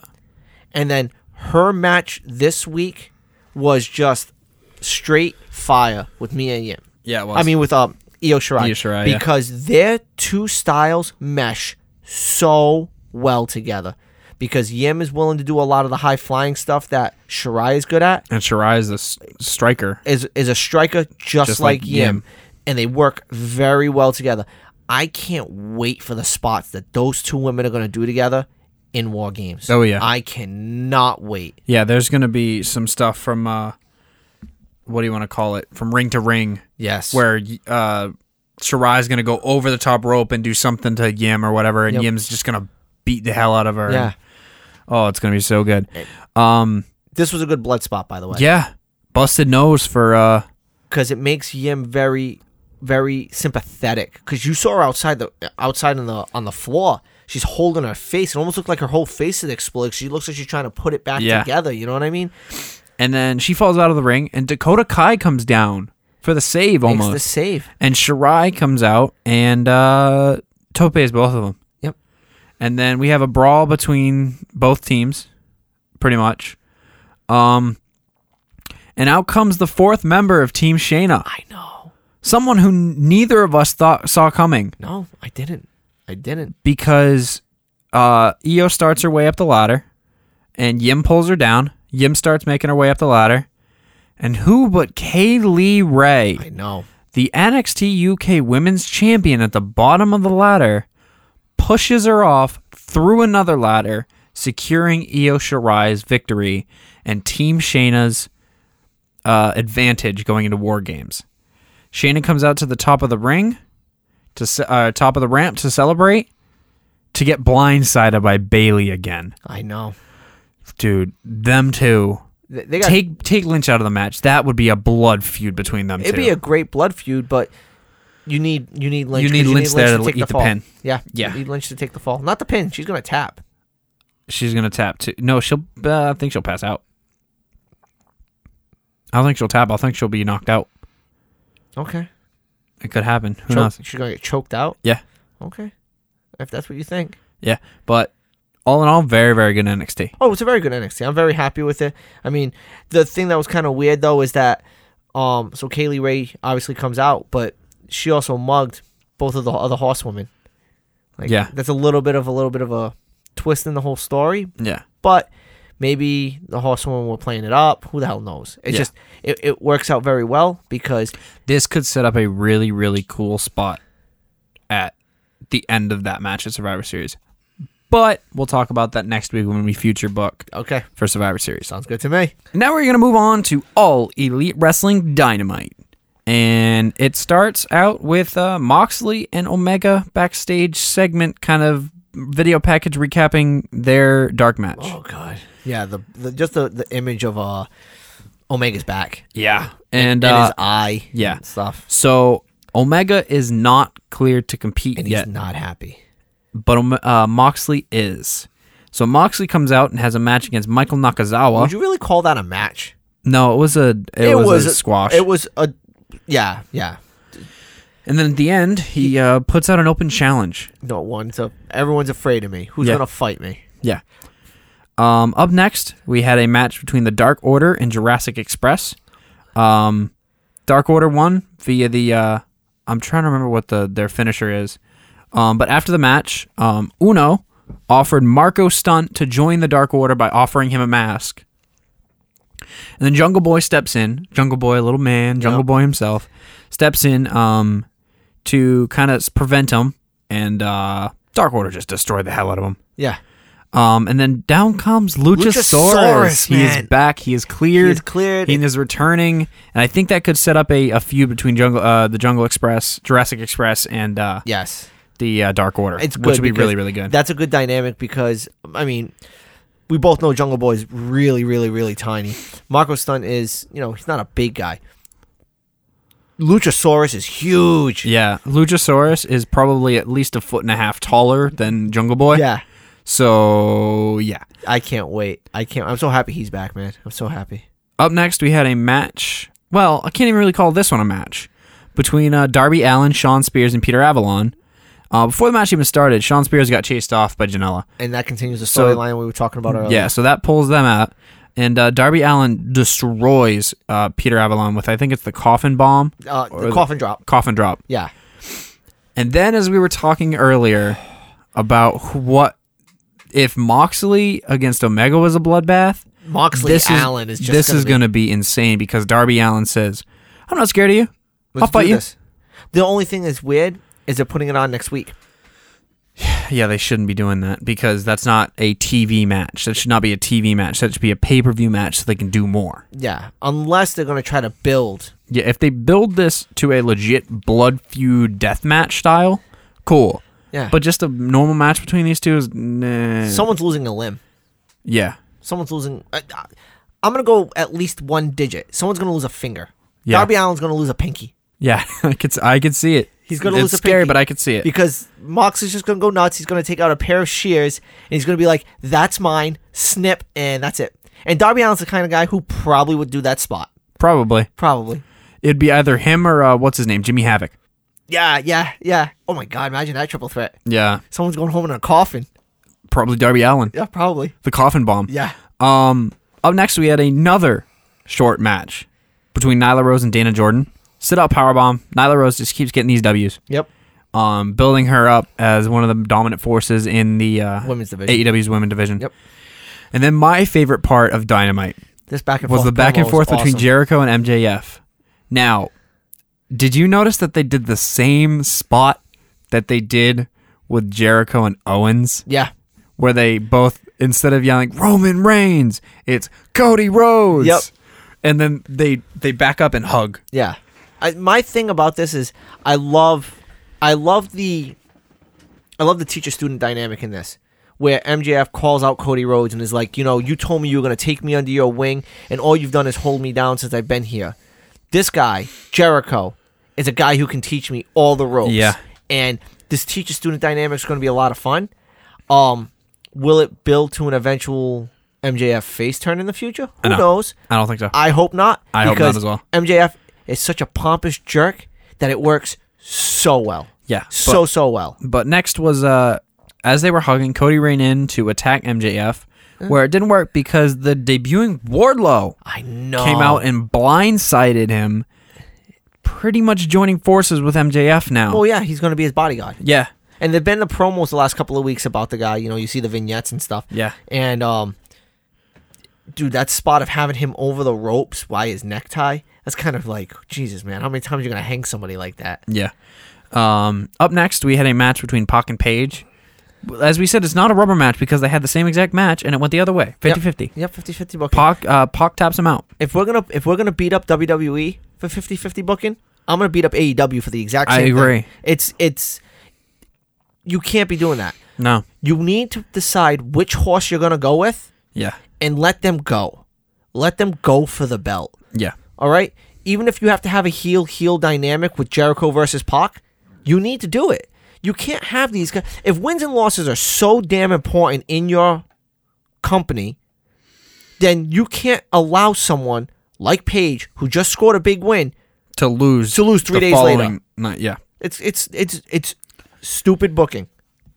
Speaker 2: and then her match this week was just straight fire with Mia Yim.
Speaker 1: Yeah. It was.
Speaker 2: I mean, with um, Io Shirai.
Speaker 1: Io Shirai, yeah.
Speaker 2: Because their two styles mesh so well together. Because Yim is willing to do a lot of the high flying stuff that Shirai is good at,
Speaker 1: and Shirai is a s- striker.
Speaker 2: is, is a striker just,
Speaker 1: Just
Speaker 2: like,
Speaker 1: like
Speaker 2: Yim.
Speaker 1: Yim.
Speaker 2: And they work very well together. I can't wait for the spots that those two women are going to do together in War Games.
Speaker 1: Oh, yeah.
Speaker 2: I cannot wait.
Speaker 1: Yeah. There's gonna be some stuff from uh, what do you want to call it? From ring to ring,
Speaker 2: Yes.
Speaker 1: where uh, Shirai's gonna go over the top rope and do something to Yim or whatever, and
Speaker 2: Yep.
Speaker 1: Yim's just gonna beat the hell out of her.
Speaker 2: Yeah. Eh,
Speaker 1: Oh, it's gonna be so good. Um.
Speaker 2: This was a good blood spot, by the way.
Speaker 1: Yeah. Busted nose for uh.
Speaker 2: because it makes Yim very, very sympathetic. Because you saw her outside the outside on the on the floor. She's holding her face. It almost looked like her whole face had exploded. She looks like she's trying to put it back
Speaker 1: Yeah.
Speaker 2: together. You know what I mean?
Speaker 1: And then she falls out of the ring, and Dakota Kai comes down for the save almost.
Speaker 2: Makes the save.
Speaker 1: and Shirai comes out, and uh, Tope is both of them.
Speaker 2: Yep.
Speaker 1: And then we have a brawl between both teams, pretty much. Um, and out comes the fourth member of Team Shayna,
Speaker 2: I know.
Speaker 1: someone who neither of us thought saw coming
Speaker 2: No, I didn't. I didn't.
Speaker 1: because uh, Io starts her way up the ladder, and Yim pulls her down. Yim starts making her way up the ladder, and who but Kaylee Ray,
Speaker 2: I know.
Speaker 1: the NXT UK Women's Champion at the bottom of the ladder, pushes her off through another ladder, securing Io Shirai's victory and Team Shayna's uh, advantage going into War Games. Shayna comes out to the top of the ring, to ce- uh, top of the ramp to celebrate, to get blindsided by Bailey again.
Speaker 2: I know.
Speaker 1: Dude, them two.
Speaker 2: They, they got.
Speaker 1: Take take Lynch out of the match. That would be a blood feud between them
Speaker 2: it'd
Speaker 1: two.
Speaker 2: be a great blood feud, but. You need you need Lynch.
Speaker 1: You
Speaker 2: 'cause
Speaker 1: need Lynch there to
Speaker 2: take
Speaker 1: eat the
Speaker 2: fall.
Speaker 1: pin.
Speaker 2: Yeah,
Speaker 1: Yeah.
Speaker 2: You need Lynch to take the fall. Not the pin. She's gonna tap.
Speaker 1: She's gonna tap too. No, she'll. Uh, I think she'll pass out. I don't think she'll tap. I think she'll be knocked out.
Speaker 2: Okay.
Speaker 1: It could happen. Who
Speaker 2: Choke-
Speaker 1: knows?
Speaker 2: she's gonna get choked out.
Speaker 1: Yeah.
Speaker 2: Okay. If that's what you think.
Speaker 1: Yeah, but all in all, very very good NXT.
Speaker 2: Oh, it's a very good NXT. I'm very happy with it. I mean, the thing that was kind of weird though is that um so Kaylee Ray obviously comes out, but she also mugged both of the other horsewomen. Like
Speaker 1: Yeah.
Speaker 2: that's a little bit of a little bit of a twist in the whole story,
Speaker 1: Yeah,
Speaker 2: but maybe the horsewomen were playing it up. Who the hell knows? It's
Speaker 1: Yeah.
Speaker 2: just it, it works out very well because
Speaker 1: this could set up a really really cool spot at the end of that match at Survivor Series. But we'll talk about that next week when we future book
Speaker 2: okay,
Speaker 1: for Survivor Series.
Speaker 2: sounds good to me.
Speaker 1: Now we're going to move on to All Elite Wrestling Dynamite. And it starts out with uh, Moxley and Omega backstage segment, kind of video package recapping their dark match.
Speaker 2: Oh god. Yeah, the, the just the, the image of uh Omega's back
Speaker 1: yeah. And,
Speaker 2: and his
Speaker 1: uh,
Speaker 2: eye
Speaker 1: yeah.
Speaker 2: and stuff.
Speaker 1: so Omega is not cleared to compete
Speaker 2: and he's
Speaker 1: yet,
Speaker 2: not happy.
Speaker 1: but Ome- uh, Moxley is. So Moxley comes out and has a match against Michael Nakazawa.
Speaker 2: Would you really call that a match?
Speaker 1: no, it was a it, was, a squash.
Speaker 2: It was a yeah, yeah.
Speaker 1: and then at the end, he uh, puts out an open challenge.
Speaker 2: No one. So everyone's afraid of me. Who's
Speaker 1: Yeah.
Speaker 2: gonna fight me?
Speaker 1: Yeah. Um, up next, we had a match between the Dark Order and Jurassic Express. Um, Dark Order won via the. Uh, I'm trying to remember what the their finisher is. Um, but after the match, um, Uno offered Marco Stunt to join the Dark Order by offering him a mask. And then Jungle Boy steps in. Jungle Boy, a little man, Jungle
Speaker 2: Yep.
Speaker 1: Boy himself, steps in um, to kind of prevent him. And uh, Dark Order just destroyed the hell out of him.
Speaker 2: Yeah,
Speaker 1: Um, and then down comes Luchasaurus.
Speaker 2: Luchasaurus,
Speaker 1: he is
Speaker 2: man.
Speaker 1: back. He is cleared.
Speaker 2: He is cleared.
Speaker 1: He is returning, and I think that could set up a, a feud between Jungle, uh, the Jungle Express, Jurassic Express, and uh,
Speaker 2: yes.
Speaker 1: the uh, Dark Order.
Speaker 2: It's good.
Speaker 1: which would be
Speaker 2: because
Speaker 1: really, really good.
Speaker 2: That's a good dynamic because I mean, we both know Jungle Boy is really, really, really tiny. Marco Stunt is you know he's not a big guy. Luchasaurus is huge.
Speaker 1: Yeah, Luchasaurus is probably at least a foot and a half taller than Jungle Boy.
Speaker 2: Yeah.
Speaker 1: So yeah.
Speaker 2: I can't wait. I can't. I'm so happy he's back, man. I'm so happy.
Speaker 1: Up next, we had a match. Well, I can't even really call this one a match between uh, Darby Allen, Sean Spears, and Peter Avalon. Uh, before the match even started, Sean Spears got chased off by Janela.
Speaker 2: And that continues the
Speaker 1: So-
Speaker 2: storyline we were talking about earlier.
Speaker 1: Yeah, so that pulls them out, and uh, Darby Allen destroys uh, Peter Avalon with I think it's the coffin bomb,
Speaker 2: Uh,
Speaker 1: Or
Speaker 2: the
Speaker 1: the-
Speaker 2: coffin drop.
Speaker 1: coffin drop.
Speaker 2: Yeah.
Speaker 1: And then, as we were talking earlier about wh- what if Moxley against Omega was a bloodbath,
Speaker 2: Moxley
Speaker 1: this
Speaker 2: Allen is,
Speaker 1: is,
Speaker 2: just
Speaker 1: this
Speaker 2: gonna
Speaker 1: is
Speaker 2: be-
Speaker 1: going to be insane because Darby Allen says, "I'm not scared of you.
Speaker 2: Let's
Speaker 1: I'll fight
Speaker 2: do
Speaker 1: you."
Speaker 2: this. The only thing that's weird is they're putting it on next week.
Speaker 1: Yeah, they shouldn't be doing that because that's not a TV match. That should not be a TV match. That should be a pay per view match so they can do more.
Speaker 2: Yeah, unless they're gonna try to build.
Speaker 1: Yeah, if they build this to a legit blood feud death match style, cool.
Speaker 2: Yeah,
Speaker 1: But just a normal match between these two is nah.
Speaker 2: someone's losing a limb.
Speaker 1: yeah,
Speaker 2: Someone's losing. I, I- I'm gonna go at least one digit. Someone's gonna lose a finger.
Speaker 1: Yeah.
Speaker 2: Darby Allen's gonna lose a pinky
Speaker 1: yeah. [LAUGHS] I could s- I could see it.
Speaker 2: He's gonna
Speaker 1: it's
Speaker 2: lose a
Speaker 1: scary,
Speaker 2: pinky.
Speaker 1: but I could see it.
Speaker 2: because Mox is just gonna go nuts. He's gonna take out a pair of shears and he's gonna be like, "That's mine." Snip, and that's it. And Darby Allen's the kind of guy who probably would do that spot.
Speaker 1: Probably
Speaker 2: Probably.
Speaker 1: it'd be either him or uh, what's his name, Jimmy Havoc.
Speaker 2: Yeah, yeah, yeah. Oh my God! Imagine that triple threat.
Speaker 1: Yeah,
Speaker 2: Someone's going home in a coffin.
Speaker 1: probably Darby Allen,
Speaker 2: Yeah, probably.
Speaker 1: the coffin bomb.
Speaker 2: Yeah.
Speaker 1: Um, up next we had another short match between Nyla Rose and Dana Jordan. Sit out powerbomb. Nyla Rose just keeps getting these W's.
Speaker 2: Yep.
Speaker 1: Um, building her up as one of the dominant forces in the uh,
Speaker 2: Women's division.
Speaker 1: AEW's women division.
Speaker 2: Yep.
Speaker 1: And then my favorite part of Dynamite
Speaker 2: This back and
Speaker 1: was
Speaker 2: forth
Speaker 1: the back and
Speaker 2: promo
Speaker 1: forth
Speaker 2: was
Speaker 1: between
Speaker 2: awesome.
Speaker 1: Jericho and MJF. Now, did you notice that they did the same spot that they did with Jericho and Owens?
Speaker 2: Yeah.
Speaker 1: where they both instead of yelling Roman Reigns, it's Cody Rhodes.
Speaker 2: Yep.
Speaker 1: And then they they back up and hug.
Speaker 2: Yeah. I, my thing about this is I love I love the I love the teacher student dynamic in this where MJF calls out Cody Rhodes and is like, you know, you told me you were going to take me under your wing and all you've done is hold me down since I've been here. This guy, Jericho, is a guy who can teach me all the ropes.
Speaker 1: Yeah.
Speaker 2: And this teacher student dynamic is going to be a lot of fun. Um will it build to an eventual MJF face turn in the future? Who
Speaker 1: No.
Speaker 2: knows?
Speaker 1: I don't think so.
Speaker 2: I hope not.
Speaker 1: I hope not
Speaker 2: because
Speaker 1: as well.
Speaker 2: MJF is such a pompous jerk that it works so well.
Speaker 1: yeah.
Speaker 2: So
Speaker 1: But,
Speaker 2: so well.
Speaker 1: but next was uh as they were hugging, Cody ran in to attack MJF,
Speaker 2: Mm.
Speaker 1: where it didn't work because the debuting Wardlow
Speaker 2: I know.
Speaker 1: came out and blindsided him, pretty much joining forces with MJF now.
Speaker 2: Oh yeah, he's gonna be his bodyguard.
Speaker 1: yeah.
Speaker 2: And there've been the promos the last couple of weeks about the guy. You know, you see the vignettes and stuff.
Speaker 1: Yeah.
Speaker 2: And um, dude, that spot of having him over the ropes by his necktie. That's kind of like Jesus, man. How many times are you gonna hang somebody like that?
Speaker 1: Yeah. Um, up next, we had a match between Pac and Page. As we said, it's not a rubber match because they had the same exact match and it went the other way 50 50.
Speaker 2: Yep, 50-50 booking.
Speaker 1: Pac, uh, Pac taps him out.
Speaker 2: if we're gonna if we're gonna beat up WWE for 50-50 booking, I'm gonna beat up AEW for the exact
Speaker 1: I
Speaker 2: same. thing.
Speaker 1: agree.
Speaker 2: It's it's you can't be doing that.
Speaker 1: No.
Speaker 2: You need to decide which horse you're gonna go with
Speaker 1: Yeah.
Speaker 2: and let them go. Let them go for the belt.
Speaker 1: Yeah.
Speaker 2: All right? Even if you have to have a heel heel dynamic with Jericho versus Pac, you need to do it. You can't have these guys. If wins and losses are so damn important in your company, then you can't allow someone like Paige, who just scored a big win,
Speaker 1: To lose.
Speaker 2: To lose three
Speaker 1: the
Speaker 2: days later.
Speaker 1: following night. Yeah.
Speaker 2: it's it's it's it's stupid booking.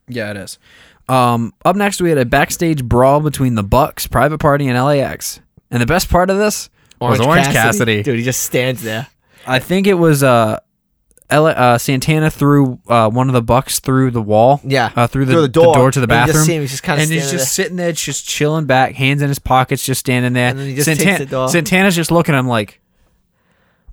Speaker 1: Yeah, it is. Um, up next, we had a backstage brawl between the Bucks, Private Party, and LAX. And the best part of this was Orange Cassidy.
Speaker 2: Dude, he just stands there.
Speaker 1: I think it was uh, L- uh, Santana threw uh, one of the bucks through the wall.
Speaker 2: Yeah.
Speaker 1: uh, through, the,
Speaker 2: Through the
Speaker 1: the
Speaker 2: door.
Speaker 1: door. to the
Speaker 2: And you just
Speaker 1: bathroom.
Speaker 2: see him, he's just kinda
Speaker 1: and he's
Speaker 2: standing
Speaker 1: just sitting there, just chilling back, hands in his pockets, just standing there.
Speaker 2: And then he just
Speaker 1: Santana,
Speaker 2: takes the door.
Speaker 1: Santana's just looking at him like,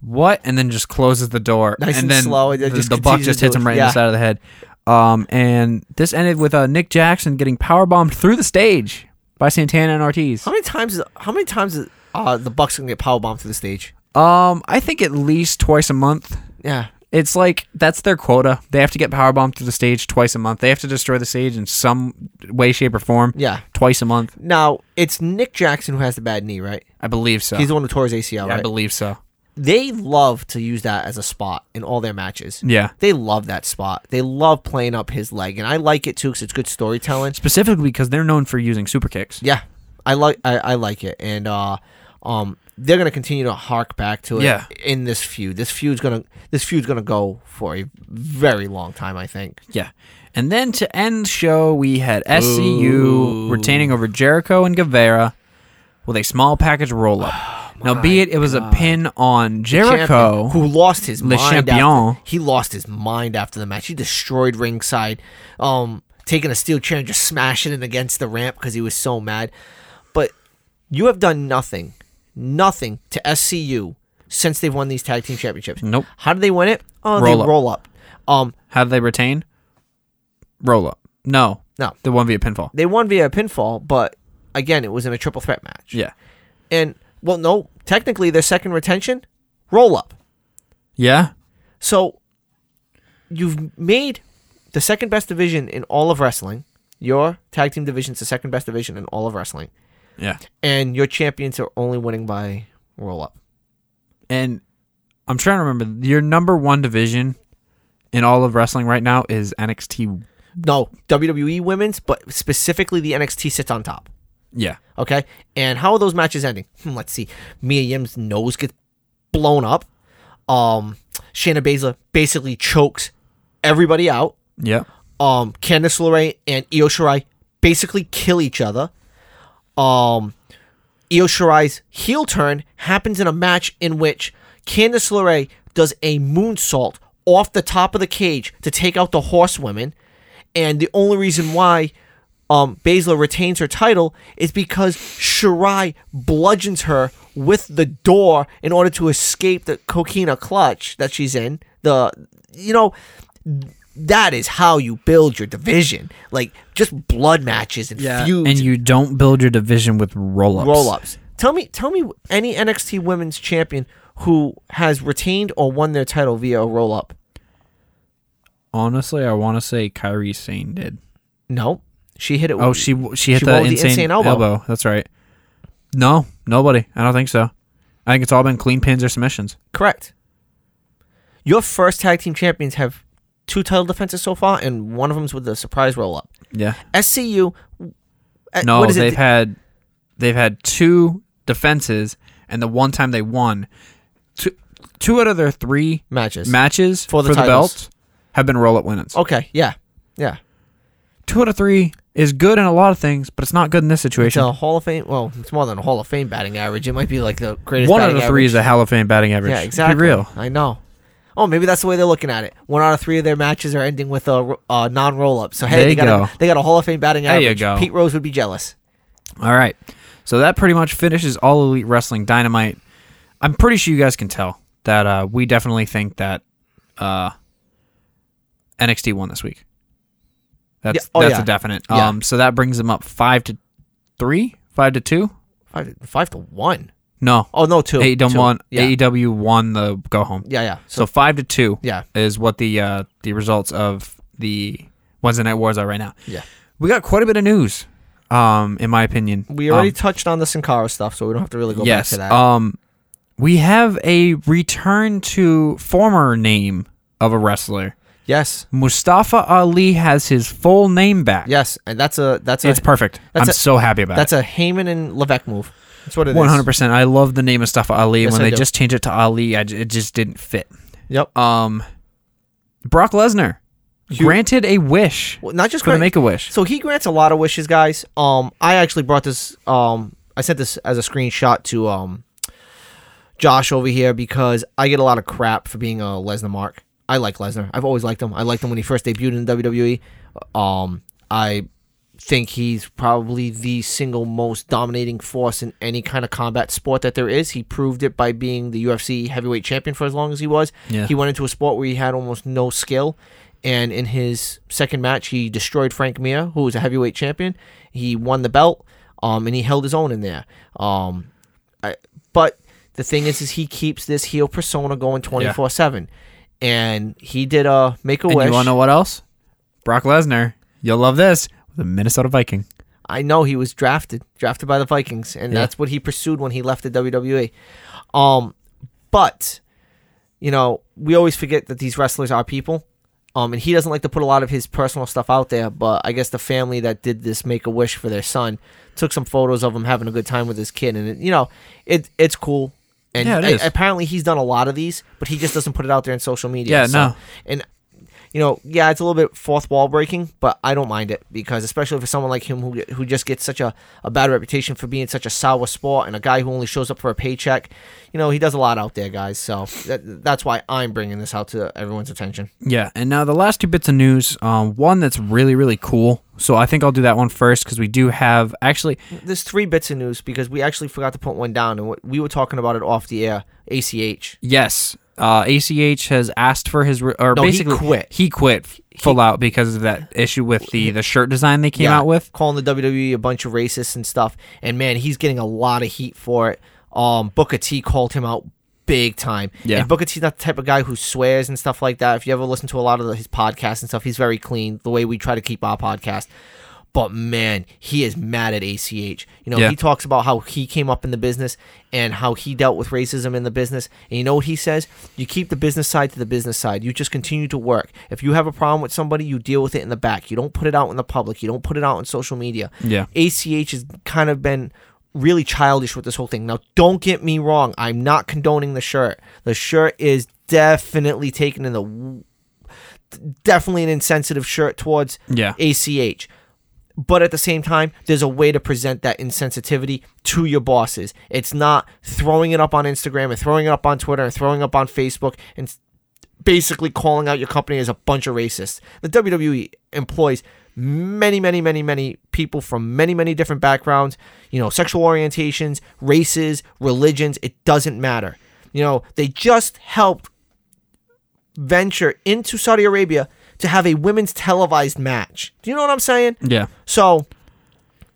Speaker 1: "What?" And then just closes the door.
Speaker 2: Nice and
Speaker 1: then
Speaker 2: slow, and
Speaker 1: the,
Speaker 2: then just
Speaker 1: the buck
Speaker 2: continues
Speaker 1: just
Speaker 2: to
Speaker 1: hits
Speaker 2: do
Speaker 1: him
Speaker 2: it.
Speaker 1: right in
Speaker 2: Yeah.
Speaker 1: the side of the head. Um, and this ended with uh, Nick Jackson getting power bombed through the stage by Santana and Ortiz.
Speaker 2: How many times? is- How many times is, uh, the Bucks gonna get powerbombed to the stage?
Speaker 1: Um, I think at least twice a month.
Speaker 2: Yeah,
Speaker 1: It's like that's their quota. They have to get powerbombed to the stage twice a month. They have to destroy the stage in some way, shape, or form.
Speaker 2: yeah.
Speaker 1: Twice a month,
Speaker 2: Now it's Nick Jackson who has the bad knee, right?
Speaker 1: I believe so.
Speaker 2: He's the one who tore his ACL,
Speaker 1: I
Speaker 2: right?
Speaker 1: believe so.
Speaker 2: they love to use that as a spot in all their matches.
Speaker 1: Yeah.
Speaker 2: They love that spot. They love playing up his leg, and I like it too because it's good storytelling.
Speaker 1: Specifically because they're known for using super kicks.
Speaker 2: Yeah, I like I, I like it, and uh, um, they're gonna continue to hark back to it
Speaker 1: Yeah.
Speaker 2: in this feud. This feud's gonna this feud's gonna go for a very long time, I think.
Speaker 1: Yeah. And then to end show, we had SCU
Speaker 3: Ooh.
Speaker 1: retaining over Jericho and Guevara with a small package roll up.
Speaker 2: Oh
Speaker 1: now, be it it was a pin on Jericho.
Speaker 2: Champion, who lost his
Speaker 1: Le
Speaker 2: mind.
Speaker 1: champion.
Speaker 2: After, he lost his mind after the match. He destroyed ringside, um, taking a steel chair and just smashing it against the ramp because he was so mad. But you have done nothing, nothing to SCU since they've won these tag team championships.
Speaker 1: Nope.
Speaker 2: How did they win it? Oh,
Speaker 1: Roll
Speaker 2: they
Speaker 1: up.
Speaker 2: roll up. Um,
Speaker 1: How did they retain? Roll up. No.
Speaker 2: No.
Speaker 1: The one via pinfall.
Speaker 2: they won via pinfall, but again, it was in a triple threat match.
Speaker 1: Yeah.
Speaker 2: And well, no, technically their second retention, roll up.
Speaker 1: Yeah.
Speaker 2: So you've made the second best division in all of wrestling. Your tag team division's the second best division in all of wrestling,
Speaker 1: Yeah.
Speaker 2: and your champions are only winning by roll up.
Speaker 1: And I'm trying to remember your number one division in all of wrestling right now is NXT.
Speaker 2: No, WWE women's, but specifically the NXT sits on top.
Speaker 1: Yeah.
Speaker 2: Okay, and how are those matches ending? Hmm, let's see. Mia Yim's nose gets blown up. Um, Shayna Baszler basically chokes everybody out.
Speaker 1: Yeah.
Speaker 2: um Candice LeRae and Io Shirai basically kill each other. Um Io Shirai's heel turn happens in a match in which Candice LeRae does a moonsault off the top of the cage to take out the horsewomen, and the only reason why um, Baszler retains her title is because Shirai bludgeons her with the door in order to escape the coquina clutch that she's in. The you know that is how you build your division, like just blood matches and feuds
Speaker 1: And you don't build your division with roll ups.
Speaker 2: roll ups. Tell me, tell me any NXT Women's Champion who has retained or won their title via a roll up.
Speaker 1: Honestly, I want to say Kyrie Sane did.
Speaker 2: No, she hit it.
Speaker 1: Oh,
Speaker 2: with-
Speaker 1: she she hit
Speaker 2: She
Speaker 1: the,
Speaker 2: rolled the
Speaker 1: insane
Speaker 2: insane elbow.
Speaker 1: elbow. That's right. No, nobody. I don't think so. I think it's all been clean pins or submissions.
Speaker 2: correct. Your first tag team champions have two title defenses so far, and one of them's with the surprise roll up.
Speaker 1: Yeah.
Speaker 2: SCU. uh,
Speaker 1: No,
Speaker 2: what is
Speaker 1: they've
Speaker 2: it?
Speaker 1: had they've had two defenses, and the one time they won, two two out of their three
Speaker 2: matches.
Speaker 1: matches
Speaker 2: For
Speaker 1: for
Speaker 2: the
Speaker 1: the,
Speaker 2: titles. Oh.
Speaker 1: belt have been roll up winnings.
Speaker 2: okay, yeah, yeah.
Speaker 1: Two out of three is good in a lot of things, but it's not good in this
Speaker 2: It's
Speaker 1: situation.
Speaker 2: a Hall of Fame. Well, it's more than a Hall of Fame batting average. It might be like the greatest.
Speaker 1: One out
Speaker 2: batting
Speaker 1: of three
Speaker 2: average.
Speaker 1: is a Hall of Fame batting average.
Speaker 2: Yeah, exactly.
Speaker 1: Be real.
Speaker 2: I know. Oh, maybe that's the way they're looking at it. One out of three of their matches are ending with a, a non-roll up. So hey,
Speaker 1: There
Speaker 2: they
Speaker 1: you
Speaker 2: got
Speaker 1: go.
Speaker 2: a, they got a Hall of Fame batting
Speaker 1: There
Speaker 2: average.
Speaker 1: you go.
Speaker 2: Pete Rose would be jealous.
Speaker 1: All right. So that pretty much finishes all Elite Wrestling Dynamite. I'm pretty sure you guys can tell that uh, we definitely think that uh, NXT won this week. That's
Speaker 2: Yeah. Oh,
Speaker 1: that's
Speaker 2: yeah.
Speaker 1: a definite.
Speaker 2: Yeah.
Speaker 1: Um, so that brings them up five to three, five to two.
Speaker 2: Five, five to one.
Speaker 1: No,
Speaker 2: Oh no, two.
Speaker 1: AEW
Speaker 2: Two.
Speaker 1: won.
Speaker 2: Yeah.
Speaker 1: AEW won the go home.
Speaker 2: yeah, yeah. So
Speaker 1: So five to two
Speaker 2: yeah,
Speaker 1: is what the uh, the results of the Wednesday Night Wars are right now.
Speaker 2: yeah.
Speaker 1: We got quite a bit of news, um, in my opinion.
Speaker 2: We already
Speaker 1: Um,
Speaker 2: touched on the Sin Cara stuff, so we don't have to really go back
Speaker 1: yes.
Speaker 2: to that.
Speaker 1: Um, we have a return to former name of a wrestler.
Speaker 2: yes,
Speaker 1: Mustafa Ali has his full name back.
Speaker 2: yes, and that's a that's a
Speaker 1: it's perfect.
Speaker 2: that's
Speaker 1: I'm
Speaker 2: a-
Speaker 1: so happy about
Speaker 2: that's
Speaker 1: it.
Speaker 2: a Heyman and Levesque move. That's what it is.
Speaker 1: One hundred percent. I love the name Mustafa Ali.
Speaker 2: Yes,
Speaker 1: when
Speaker 2: I
Speaker 1: they
Speaker 2: do.
Speaker 1: just changed it to Ali, I j- it just didn't fit.
Speaker 2: Yep.
Speaker 1: Um, Brock Lesnar granted a wish
Speaker 2: Well, not just
Speaker 1: for the
Speaker 2: Grant-
Speaker 1: Make a Wish.
Speaker 2: So he grants a lot of wishes, guys. Um, I actually brought this. Um, I sent this as a screenshot to um, Josh over here because I get a lot of crap for being a Lesnar mark. I like Lesnar. I've always liked him. I liked him when he first debuted in WWE. Um, I think he's probably the single most dominating force in any kind of combat sport that there is. He proved it by being the UFC heavyweight champion for as long as he was.
Speaker 1: Yeah.
Speaker 2: He went into a sport where he had almost no skill. And in his second match, he destroyed Frank Mir, who was a heavyweight champion. He won the belt, um, and he held his own in there. Um, I, but the thing is, is he keeps this heel persona going twenty four seven, and he did a make a
Speaker 1: And
Speaker 2: wish.
Speaker 1: you want to know what else? Brock Lesnar. You'll love this. The Minnesota Viking.
Speaker 2: I know he was drafted, drafted by the Vikings, and
Speaker 1: Yeah.
Speaker 2: that's what he pursued when he left the WWE. Um, But you know, we always forget that these wrestlers are people. Um, and he doesn't like to put a lot of his personal stuff out there, but I guess the family that did this make a wish for their son took some photos of him having a good time with his kid, and it, you know, it it's cool. And
Speaker 1: Yeah, it
Speaker 2: I-
Speaker 1: is.
Speaker 2: apparently he's done a lot of these, but he just doesn't put it out there in social media.
Speaker 1: Yeah,
Speaker 2: so-
Speaker 1: no.
Speaker 2: And you know, yeah, it's a little bit fourth wall breaking, but I don't mind it because especially for someone like him who get- who just gets such a, a bad reputation for being such a sour sport and a guy who only shows up for a paycheck, you know, he does a lot out there, guys. So that, that's why I'm bringing this out to everyone's attention.
Speaker 1: Yeah, and now the last two bits of news. Um, one that's really really cool. So I think I'll do that one first because we do have actually.
Speaker 2: There's three bits of news because we actually forgot to put one down, and what- we were talking about it off the air. ACH.
Speaker 1: Yes, uh, ACH has asked for his re- or
Speaker 2: No, he
Speaker 1: basically
Speaker 2: quit.
Speaker 1: He quit full out because of that issue with the the shirt design they came
Speaker 2: Yeah,
Speaker 1: out with.
Speaker 2: calling the WWE a bunch of racists and stuff. And man, he's getting a lot of heat for it. Um, Booker T called him out big time.
Speaker 1: Yeah.
Speaker 2: and Booker T's not the type of guy who swears and stuff like that. If you ever listen to a lot of the, his podcasts and stuff, he's very clean. The way we try to keep our podcast. But man, he is mad at ACH. You know,
Speaker 1: Yeah.
Speaker 2: he talks about how he came up in the business and how he dealt with racism in the business. And you know what he says? You keep the business side to the business side. You just continue to work. If you have a problem with somebody, you deal with it in the back. You don't put it out in the public. You don't put it out on social media.
Speaker 1: Yeah.
Speaker 2: ACH has kind of been really childish with this whole thing. Now, don't get me wrong. I'm not condoning the shirt. The shirt is definitely taken in the definitely an insensitive shirt towards
Speaker 1: Yeah.
Speaker 2: ACH. But at the same time, there's a way to present that insensitivity to your bosses. It's not throwing it up on Instagram and throwing it up on Twitter and throwing up on Facebook and s- basically calling out your company as a bunch of racists. The WWE employs many, many, many, many people from many, many different backgrounds, you know, sexual orientations, races, religions, it doesn't matter. You know, they just helped venture into Saudi Arabia to have a women's televised match. Do you know what I'm saying?
Speaker 1: Yeah,
Speaker 2: So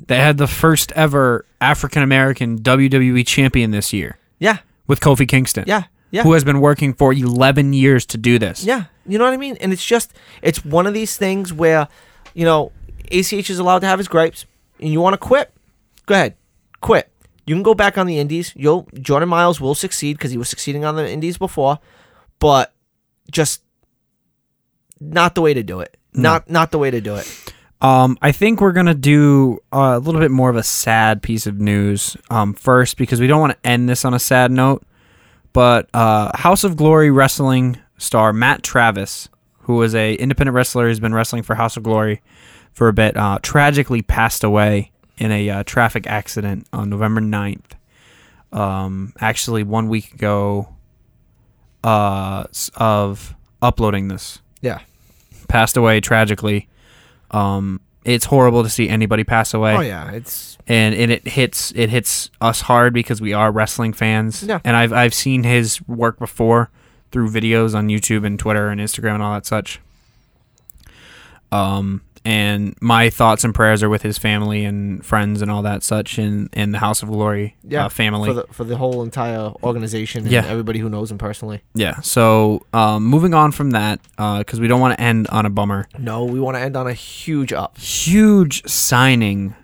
Speaker 1: they had the first ever African American WWE E champion this year
Speaker 2: yeah,
Speaker 1: with Kofi Kingston.
Speaker 2: yeah, yeah,
Speaker 1: who has been working for eleven years to do this.
Speaker 2: yeah. You know what I mean? And it's just it's one of these things where you know ACH is allowed to have his gripes, and you want to quit, go ahead, quit. You can go back on the Indies. You'll Jordan Miles will succeed because he was succeeding on the Indies before, but just not the way to do it. Not not the way to do it.
Speaker 1: Um, I think we're gonna do uh, a little bit more of a sad piece of news um, first because we don't want to end this on a sad note. But uh, House of Glory wrestling star Matt Travis, who was a independent wrestler who's been wrestling for House of Glory for a bit, uh, tragically passed away in a uh, traffic accident on November 9th. Um, actually, one week ago uh, s- of uploading this
Speaker 2: Yeah.
Speaker 1: passed away tragically. Um, it's horrible to see anybody pass away,
Speaker 2: Oh yeah. It's
Speaker 1: and and it hits it hits us hard because we are wrestling fans.
Speaker 2: Yeah.
Speaker 1: and I've I've seen his work before through videos on YouTube and Twitter and Instagram and all that such. Um, and my thoughts and prayers are with his family and friends and all that such, and and the House of Glory
Speaker 2: yeah
Speaker 1: uh, family.
Speaker 2: for the for the whole entire organization and
Speaker 1: Yeah.
Speaker 2: everybody who knows him personally.
Speaker 1: yeah. So, um, moving on from that, because we don't want to end on a bummer.
Speaker 2: No, we want to end on a huge up.
Speaker 1: huge signing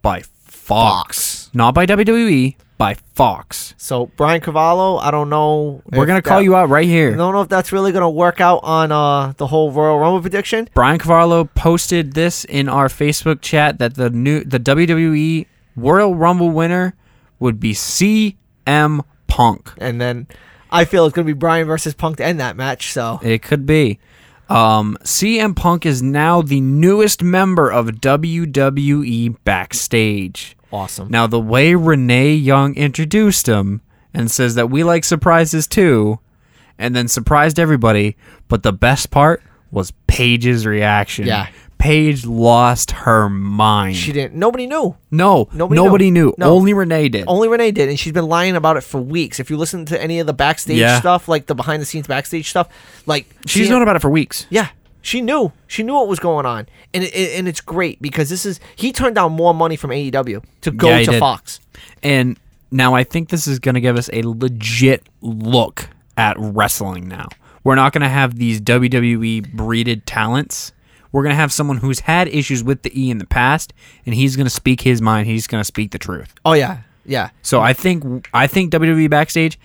Speaker 1: by Fox, not by WWE, by Fox.
Speaker 2: So Brian Cavallo, I don't know.
Speaker 1: We're gonna call you out right here.
Speaker 2: I don't know if that's really gonna work out on uh the whole Royal Rumble prediction.
Speaker 1: Brian Cavarlo posted this in our Facebook chat that the new the WWE Royal Rumble winner would be CM Punk.
Speaker 2: And then I feel it's gonna be Brian versus Punk to end that match. So
Speaker 1: It could be. Um, CM Punk is now the newest member of WWE backstage.
Speaker 2: awesome.
Speaker 1: Now, the way Renee Young introduced him and says that we like surprises too, and then surprised everybody, but the best part was Paige's reaction.
Speaker 2: Yeah.
Speaker 1: Paige lost her mind.
Speaker 2: she didn't. Nobody knew.
Speaker 1: no,
Speaker 2: Nobody
Speaker 1: nobody,
Speaker 2: knew.
Speaker 1: knew.
Speaker 2: No.
Speaker 1: Only Renee did.
Speaker 2: Only Renee did, and she's been lying about it for weeks. If you listen to any of the backstage
Speaker 1: Yeah.
Speaker 2: stuff, like the behind the scenes backstage stuff, like
Speaker 1: She's
Speaker 2: she-
Speaker 1: known about it for weeks.
Speaker 2: Yeah, she knew. She knew what was going on, and it, it- and it's great because this is he turned down more money from AEW to go
Speaker 1: Yeah, he
Speaker 2: to
Speaker 1: did.
Speaker 2: Fox.
Speaker 1: And now I think this is going to give us a legit look at wrestling now. We're not going to have these WWE breeded talents. We're going to have someone who's had issues with the E in the past and he's going to speak his mind. He's going to speak the truth.
Speaker 2: Oh yeah, yeah.
Speaker 1: So I think I think WWE E backstage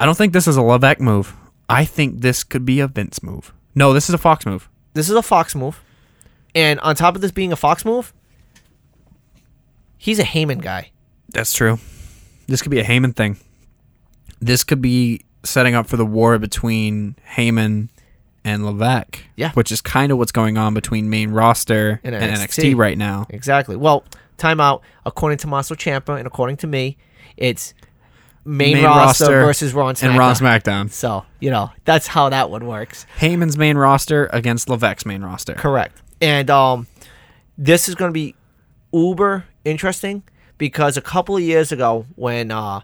Speaker 1: I don't think this is a Levesque move. I think this could be a Vince move. No, this is a Fox move.
Speaker 2: This is a Fox move, and on top of this being a Fox move, he's a Heyman guy.
Speaker 1: That's true. This could be a Heyman thing. This could be setting up for the war between Heyman and Levesque.
Speaker 2: Yeah.
Speaker 1: Which is kind of what's going on between main roster
Speaker 2: And
Speaker 1: and,
Speaker 2: NXT.
Speaker 1: NXT. right now.
Speaker 2: Exactly. Well, timeout. According to Maso Champa and according to me, it's main,
Speaker 1: Main
Speaker 2: roster,
Speaker 1: roster
Speaker 2: versus Raw and SmackDown.
Speaker 1: And Raw and SmackDown.
Speaker 2: So you know that's how that one works.
Speaker 1: Heyman's main roster against Levesque's main roster.
Speaker 2: Correct. And um, this is going to be uber interesting because a couple of years ago, when uh,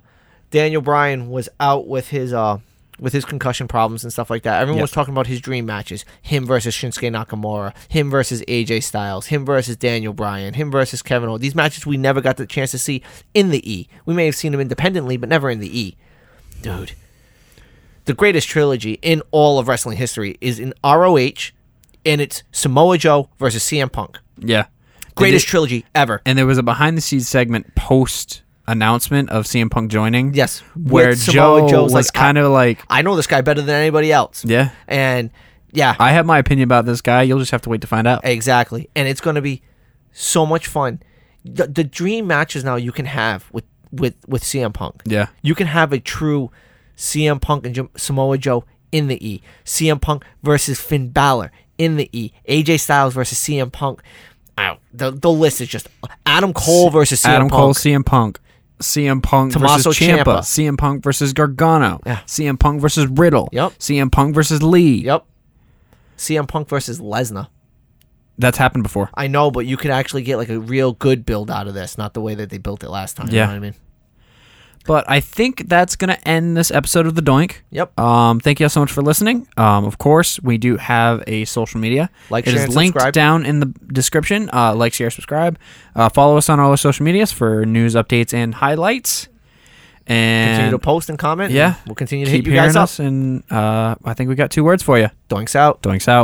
Speaker 2: Daniel Bryan was out with his uh, with his concussion problems and stuff like that, everyone
Speaker 1: Yeah.
Speaker 2: was talking about his dream matches: him versus Shinsuke Nakamura, him versus AJ Styles, him versus Daniel Bryan, him versus Kevin Owens. These matches we never got the chance to see in the E. We may have seen them independently, but never in the E. Dude, the greatest trilogy in all of wrestling history is in ROH, and it's Samoa Joe versus CM Punk.
Speaker 1: Yeah.
Speaker 2: Greatest
Speaker 1: And, it-
Speaker 2: trilogy ever.
Speaker 1: and there was a behind the scenes segment post announcement of CM Punk joining.
Speaker 2: Yes,
Speaker 1: Where
Speaker 2: with Samoa
Speaker 1: Joe
Speaker 2: Joe's
Speaker 1: was
Speaker 2: like,
Speaker 1: kind of like,
Speaker 2: I know this guy better than anybody else.
Speaker 1: yeah,
Speaker 2: And yeah,
Speaker 1: I have my opinion about this guy. You'll just have to wait to find out.
Speaker 2: exactly. And it's going to be so much fun. The, the dream matches now you can have with with with CM Punk.
Speaker 1: Yeah.
Speaker 2: You can have a true CM Punk and Jam- Samoa Joe in the E. CM Punk versus Finn Balor in the E. AJ Styles versus CM Punk. Ow. The, the list is just Adam Cole versus CM
Speaker 1: Adam
Speaker 2: Punk.
Speaker 1: Cole, CM Punk. CM Punk
Speaker 2: Tommaso
Speaker 1: versus Ciampa.
Speaker 2: Ciampa.
Speaker 1: CM Punk versus Gargano.
Speaker 2: Yeah.
Speaker 1: CM Punk versus Riddle.
Speaker 2: Yep.
Speaker 1: CM Punk versus Lee.
Speaker 2: Yep. CM Punk versus Lesnar.
Speaker 1: That's happened before.
Speaker 2: I know, but you could actually get like a real good build out of this, not the way that they built it last time. You
Speaker 1: Yeah.
Speaker 2: know what I mean?
Speaker 1: But I think that's going to end this episode of The Doink.
Speaker 2: Yep.
Speaker 1: Um, thank you all so much for listening. Um, of course, we do have a social media.
Speaker 2: Like,
Speaker 1: It
Speaker 2: share,
Speaker 1: is
Speaker 2: and
Speaker 1: linked
Speaker 2: subscribe.
Speaker 1: down in the description. Uh, like, share, subscribe. Uh, follow us on all our social medias for news updates and highlights.
Speaker 2: continue
Speaker 1: And
Speaker 2: to post and comment. and
Speaker 1: yeah,
Speaker 2: We'll continue to
Speaker 1: keep
Speaker 2: hit you
Speaker 1: hearing
Speaker 2: guys up.
Speaker 1: us. And uh, I think we got two words for you.
Speaker 2: Doinks out.
Speaker 1: Doinks out.